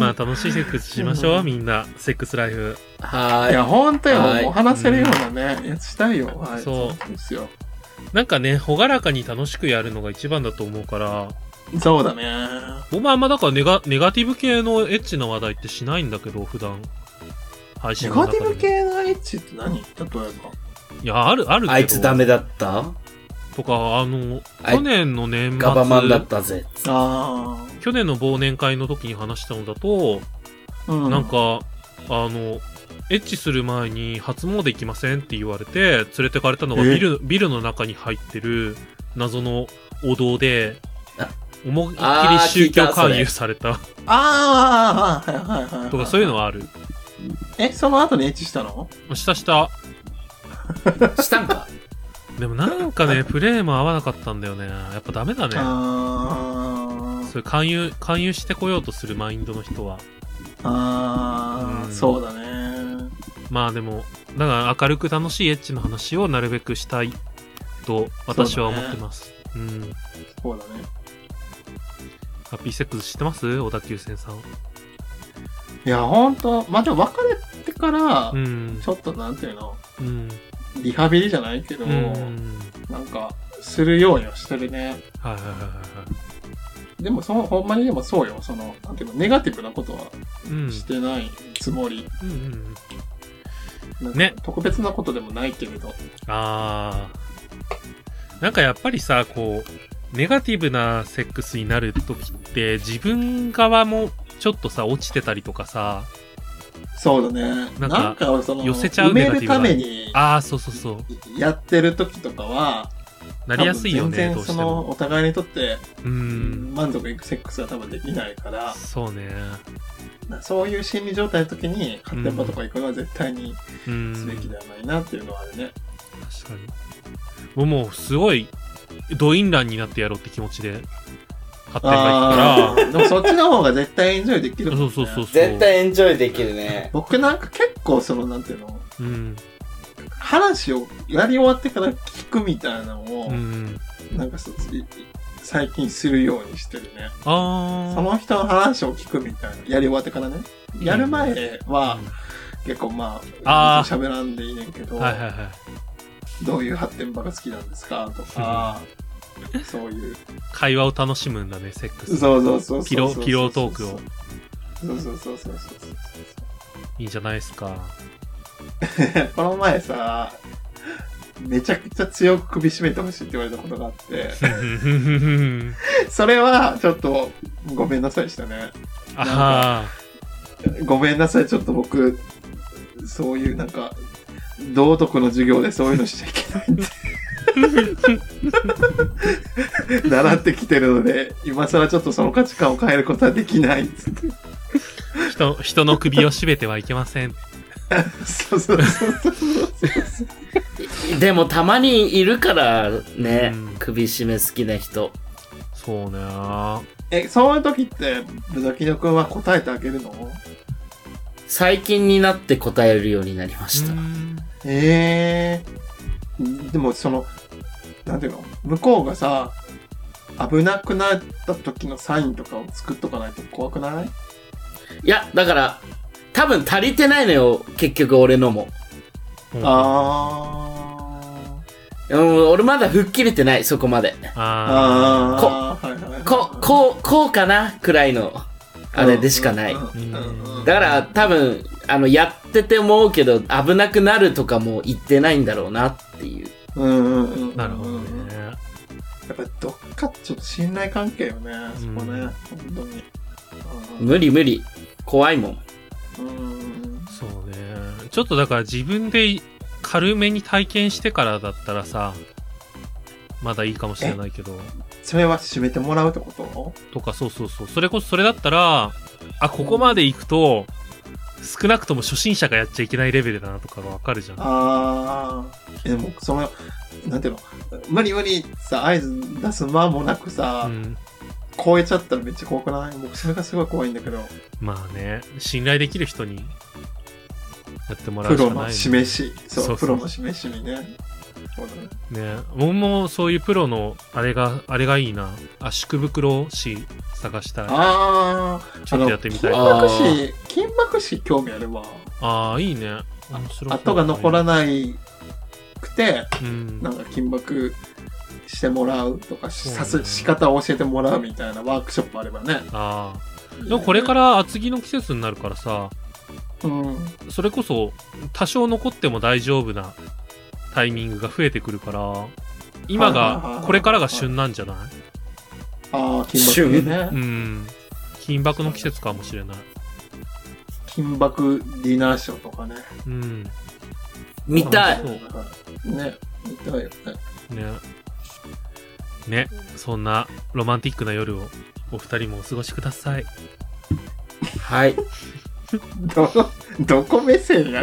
[SPEAKER 2] まあ、楽しいセックスしましょう、みんな。セックスライフ。
[SPEAKER 3] はい
[SPEAKER 4] や、
[SPEAKER 3] い。
[SPEAKER 4] ほんとよ。
[SPEAKER 3] はい
[SPEAKER 4] もう話せるようなね、やつしたいよ。はい。
[SPEAKER 2] そう
[SPEAKER 4] うですよ。
[SPEAKER 2] なんかね、ほがらかに楽しくやるのが一番だと思うから、
[SPEAKER 4] そうだね。
[SPEAKER 2] 僕はあんまだからネガネガティブ系のエッチな話題ってしないんだけど、普段。配信
[SPEAKER 4] ネ
[SPEAKER 2] の中
[SPEAKER 4] ガ
[SPEAKER 2] で
[SPEAKER 4] テ
[SPEAKER 2] も
[SPEAKER 4] ィブ系のエッチって何例えば。
[SPEAKER 2] いや、ある、あるけど。
[SPEAKER 3] あいつダメだった
[SPEAKER 2] とか、あの、
[SPEAKER 3] あい
[SPEAKER 2] 去年の年末。
[SPEAKER 3] ガバマンだった ぜ。
[SPEAKER 4] あ
[SPEAKER 2] 去年の忘年会の時に話したのだと、
[SPEAKER 4] あ。う
[SPEAKER 2] なん、か、あの、エッチする前に初詣行きませんって言われて、連れてかれたのが
[SPEAKER 4] え
[SPEAKER 2] ビル、ビルの中に入ってる謎のお堂で、思いっ
[SPEAKER 3] あー
[SPEAKER 2] きり宗教
[SPEAKER 3] 聞いたそ
[SPEAKER 2] 勧
[SPEAKER 3] れ
[SPEAKER 2] 誘された
[SPEAKER 4] あーあー、あーあーはいはいはいはい。
[SPEAKER 2] とかそういうのはある。
[SPEAKER 4] え、その後にエッチしたの
[SPEAKER 2] したした。
[SPEAKER 3] したんか
[SPEAKER 2] でもなんかね、プレイも合わなかったんだよね。やっぱダメだね。
[SPEAKER 4] あー
[SPEAKER 2] そういう勧誘、勧誘してこようとするマインドの人は。
[SPEAKER 4] あ
[SPEAKER 2] う
[SPEAKER 4] ー、
[SPEAKER 2] ん
[SPEAKER 4] そうだね。
[SPEAKER 2] まあでも、だから明るく楽しいエッチの話をなるべくしたいと私は思ってます。うん。
[SPEAKER 4] そうだね。
[SPEAKER 2] ハッピーセックス知ってます小田急線さん。
[SPEAKER 4] いや、ほんと、まあ、でも別れてから
[SPEAKER 2] う、ん
[SPEAKER 4] ち。ょっとなんていうの、
[SPEAKER 2] うん。
[SPEAKER 4] リハビリじゃないけど、
[SPEAKER 2] うん。
[SPEAKER 4] なんか、するようにはしてるね。
[SPEAKER 2] はいはいはいは。
[SPEAKER 4] でも、その、ほんまにでもそうよ。その、なんていうの、ネガティブなことはい
[SPEAKER 2] うん。
[SPEAKER 4] してないつもり。
[SPEAKER 2] うんうん。
[SPEAKER 4] なんか
[SPEAKER 2] ね
[SPEAKER 4] 特別なことでもないけれど。
[SPEAKER 2] あー。なんかやっぱりさ、こう、ネガティブなセックスになるときって、自分側もちょっとさ、落ちてたりとかさ、
[SPEAKER 4] そうだね。
[SPEAKER 2] な
[SPEAKER 4] なんん
[SPEAKER 2] か
[SPEAKER 4] か、その、
[SPEAKER 2] 寄せちゃう
[SPEAKER 4] 埋
[SPEAKER 2] ネ
[SPEAKER 4] め
[SPEAKER 2] ガティ
[SPEAKER 4] る
[SPEAKER 2] ブな
[SPEAKER 4] ために、
[SPEAKER 2] あー、そうそうそう。
[SPEAKER 4] やってる時とかは、
[SPEAKER 2] なりやすいよ
[SPEAKER 4] 多
[SPEAKER 2] ね、
[SPEAKER 4] 分
[SPEAKER 2] どう
[SPEAKER 4] 全然
[SPEAKER 2] して
[SPEAKER 4] その、
[SPEAKER 2] も。
[SPEAKER 4] お互いにとって、
[SPEAKER 2] うん。
[SPEAKER 4] 満足いくセックスは多分できないから、
[SPEAKER 2] そうね。
[SPEAKER 4] そういう心理状態の時に、カッテンパとか行くのは絶対に
[SPEAKER 2] うん。
[SPEAKER 4] すべきではないなっていうのはあるね。
[SPEAKER 2] 確かに。もうもう、すごい、ドインランになってやろうって気持ちで、発展が行
[SPEAKER 4] あ
[SPEAKER 2] くか
[SPEAKER 4] ーでもそっちの方が絶対エンジョイできる
[SPEAKER 2] ら、
[SPEAKER 4] もん、
[SPEAKER 2] そ
[SPEAKER 4] ね。
[SPEAKER 2] うそうそうそう。
[SPEAKER 3] 絶対エンジョイできるね。
[SPEAKER 4] 僕なんか結構その、なんていうの、
[SPEAKER 2] うん。
[SPEAKER 4] 話をやり終わってから聞くみたいなのを、
[SPEAKER 2] うん。
[SPEAKER 4] なんかそい最近するようにしてるね。
[SPEAKER 2] あー。
[SPEAKER 4] その人の話を聞くみたいな。やり終わってからね。やる前は、結構まあ、
[SPEAKER 2] あー
[SPEAKER 4] 喋らんでいいねんけど、
[SPEAKER 2] はいはいはい。
[SPEAKER 4] どういう発展場が好きなんですかとか、そういう。
[SPEAKER 2] 会話を楽しむんだね、セック
[SPEAKER 4] そう
[SPEAKER 2] ス。
[SPEAKER 4] そうそうそうそうそう。
[SPEAKER 2] ピロピロトークを。
[SPEAKER 4] そうそうそうそうそうそう
[SPEAKER 2] いいじゃないですか。
[SPEAKER 4] そう。 この前さ、めちゃくちゃ強く首絞めてほしいって言われたことがあって、それはちょっとごめんなさいしたね。
[SPEAKER 2] あ
[SPEAKER 4] ごめんなさい、ちょっと僕、そういうなんか、道徳の授業でそういうのしちゃいけないって。習ってきてるので、今更ちょっとその価値観を変えることはできないっつって。
[SPEAKER 2] あ、人、人の首を絞めてはいけません。
[SPEAKER 4] そうそうそうそう。
[SPEAKER 3] でもたまにいるからね、
[SPEAKER 2] うん
[SPEAKER 3] 首絞め好きな人。
[SPEAKER 2] そうね。あ
[SPEAKER 4] え、そういう時って、ブザキノ君は答えてあげるの
[SPEAKER 3] 最近になって答えるようになりました。
[SPEAKER 4] ええでもその、なんていうの向こうがさ、危なくなった時のサインとかを作っとかないと怖くない
[SPEAKER 3] いや、だから、多分足りてないのよ、結局俺のも。
[SPEAKER 4] あ
[SPEAKER 3] うん、俺まだ吹っ切れてない、そこまで。
[SPEAKER 2] あ
[SPEAKER 4] あああ、はいはいはい
[SPEAKER 3] こ、こう、こうかなくらいの、あれでしかない。
[SPEAKER 4] うんうんうんうん
[SPEAKER 3] だから多分、あの、やってて思うけど、危なくなるとかも言ってないんだろうなっていう。
[SPEAKER 4] うんうんうんう
[SPEAKER 2] ー。
[SPEAKER 4] ん
[SPEAKER 2] なるほどね。
[SPEAKER 4] やっぱどっかちょっと信頼関係よね、そこ
[SPEAKER 2] うん
[SPEAKER 4] ね、本当に。
[SPEAKER 3] 無理無理。怖いもん。
[SPEAKER 4] うんうん
[SPEAKER 2] そうね。ちょっとだから自分で軽めに体験してからだったらさ、まだいいかもしれないけど。
[SPEAKER 4] それは締めてもらうってこと
[SPEAKER 2] とか、そうそうそう。それこそそれだったら、あ、ここまで行くと、少なくとも初心者がやっちゃいけないレベルだなとかがわかるじゃん。
[SPEAKER 4] ああ、えでもその、なんていうの、無理無理ってさ、合図出す間もなく
[SPEAKER 2] う
[SPEAKER 4] さ、
[SPEAKER 2] ん。
[SPEAKER 4] 超えちゃったらめっちゃ怖くない僕それがすごい怖いんだけど、
[SPEAKER 2] まあね、信頼できる人にやってもらう
[SPEAKER 4] プ
[SPEAKER 2] しか
[SPEAKER 4] ロ
[SPEAKER 2] ない、
[SPEAKER 4] の示し、そ
[SPEAKER 2] そう
[SPEAKER 4] う、
[SPEAKER 2] そう
[SPEAKER 4] プロの示しにね。そうだね。
[SPEAKER 2] ね。僕もそういうプロの、あれが、あれがいいな。圧縮袋紙探したい。
[SPEAKER 4] ああ、
[SPEAKER 2] ちょっとやってみたい。
[SPEAKER 4] あ
[SPEAKER 2] あ
[SPEAKER 4] の金
[SPEAKER 3] あー
[SPEAKER 4] 箔紙、金箔紙興味あれば、
[SPEAKER 2] あー、いいね。面白い。
[SPEAKER 4] 跡が残ら
[SPEAKER 2] な
[SPEAKER 4] ないくて、
[SPEAKER 2] い。うん。
[SPEAKER 4] なんか金箔してもらうとか、
[SPEAKER 2] そうね
[SPEAKER 4] さす、仕方を教えてもらうみたいなワークショップあればね。
[SPEAKER 2] ああ。でもこれから厚着の季節になるからさ、
[SPEAKER 4] うん。
[SPEAKER 2] それこそ多少残っても大丈夫なタイミングが増えてくるから、今
[SPEAKER 4] はいはいはい
[SPEAKER 2] が
[SPEAKER 4] は、い
[SPEAKER 2] これからが旬なんじゃない
[SPEAKER 4] ああ、金箔ね
[SPEAKER 2] う。ん。金箔の季節かもしれない。
[SPEAKER 4] 金箔ディナーショーとかね。
[SPEAKER 2] うん。ね。
[SPEAKER 3] 見たい。
[SPEAKER 4] ね。見たいよね。
[SPEAKER 2] ね、そんなロマンティックな夜をお二人もお過ごしください。
[SPEAKER 3] はい。
[SPEAKER 4] ど、 どこ目線や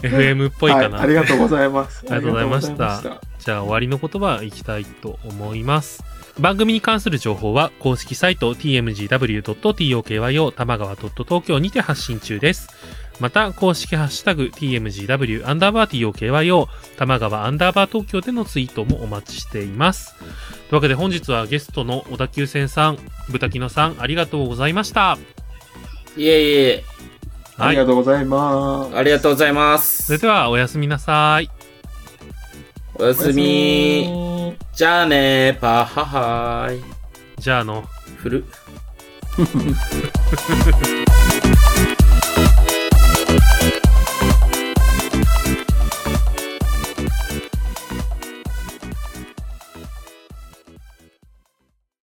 [SPEAKER 2] FM っぽいかな。
[SPEAKER 4] はい。ありがとうございます。
[SPEAKER 2] ありがとうございました
[SPEAKER 4] ありがとうございま
[SPEAKER 2] じゃあ終わりの言葉いきたいと思います。番組に関する情報は公式サイト tmgw.tokyo 玉川 .tokyo にて発信中です。また、公式ハッシュタグ tmgw アンダーバー tokyo 玉川アンダーバー東京でのツイートもお待ちしています。というわけで本日はゲストの小田急線さん、ブタキノさんありがとうございました。
[SPEAKER 3] いえいえ、
[SPEAKER 4] あ
[SPEAKER 2] は
[SPEAKER 4] り
[SPEAKER 2] い
[SPEAKER 4] が。とうございます。
[SPEAKER 3] ありがとうございます。
[SPEAKER 2] それではおやすみなさい。
[SPEAKER 3] おやす
[SPEAKER 4] おやす
[SPEAKER 3] み。
[SPEAKER 4] み
[SPEAKER 3] じゃあねー、パーハハーイ。
[SPEAKER 2] じゃああの。
[SPEAKER 3] ふる。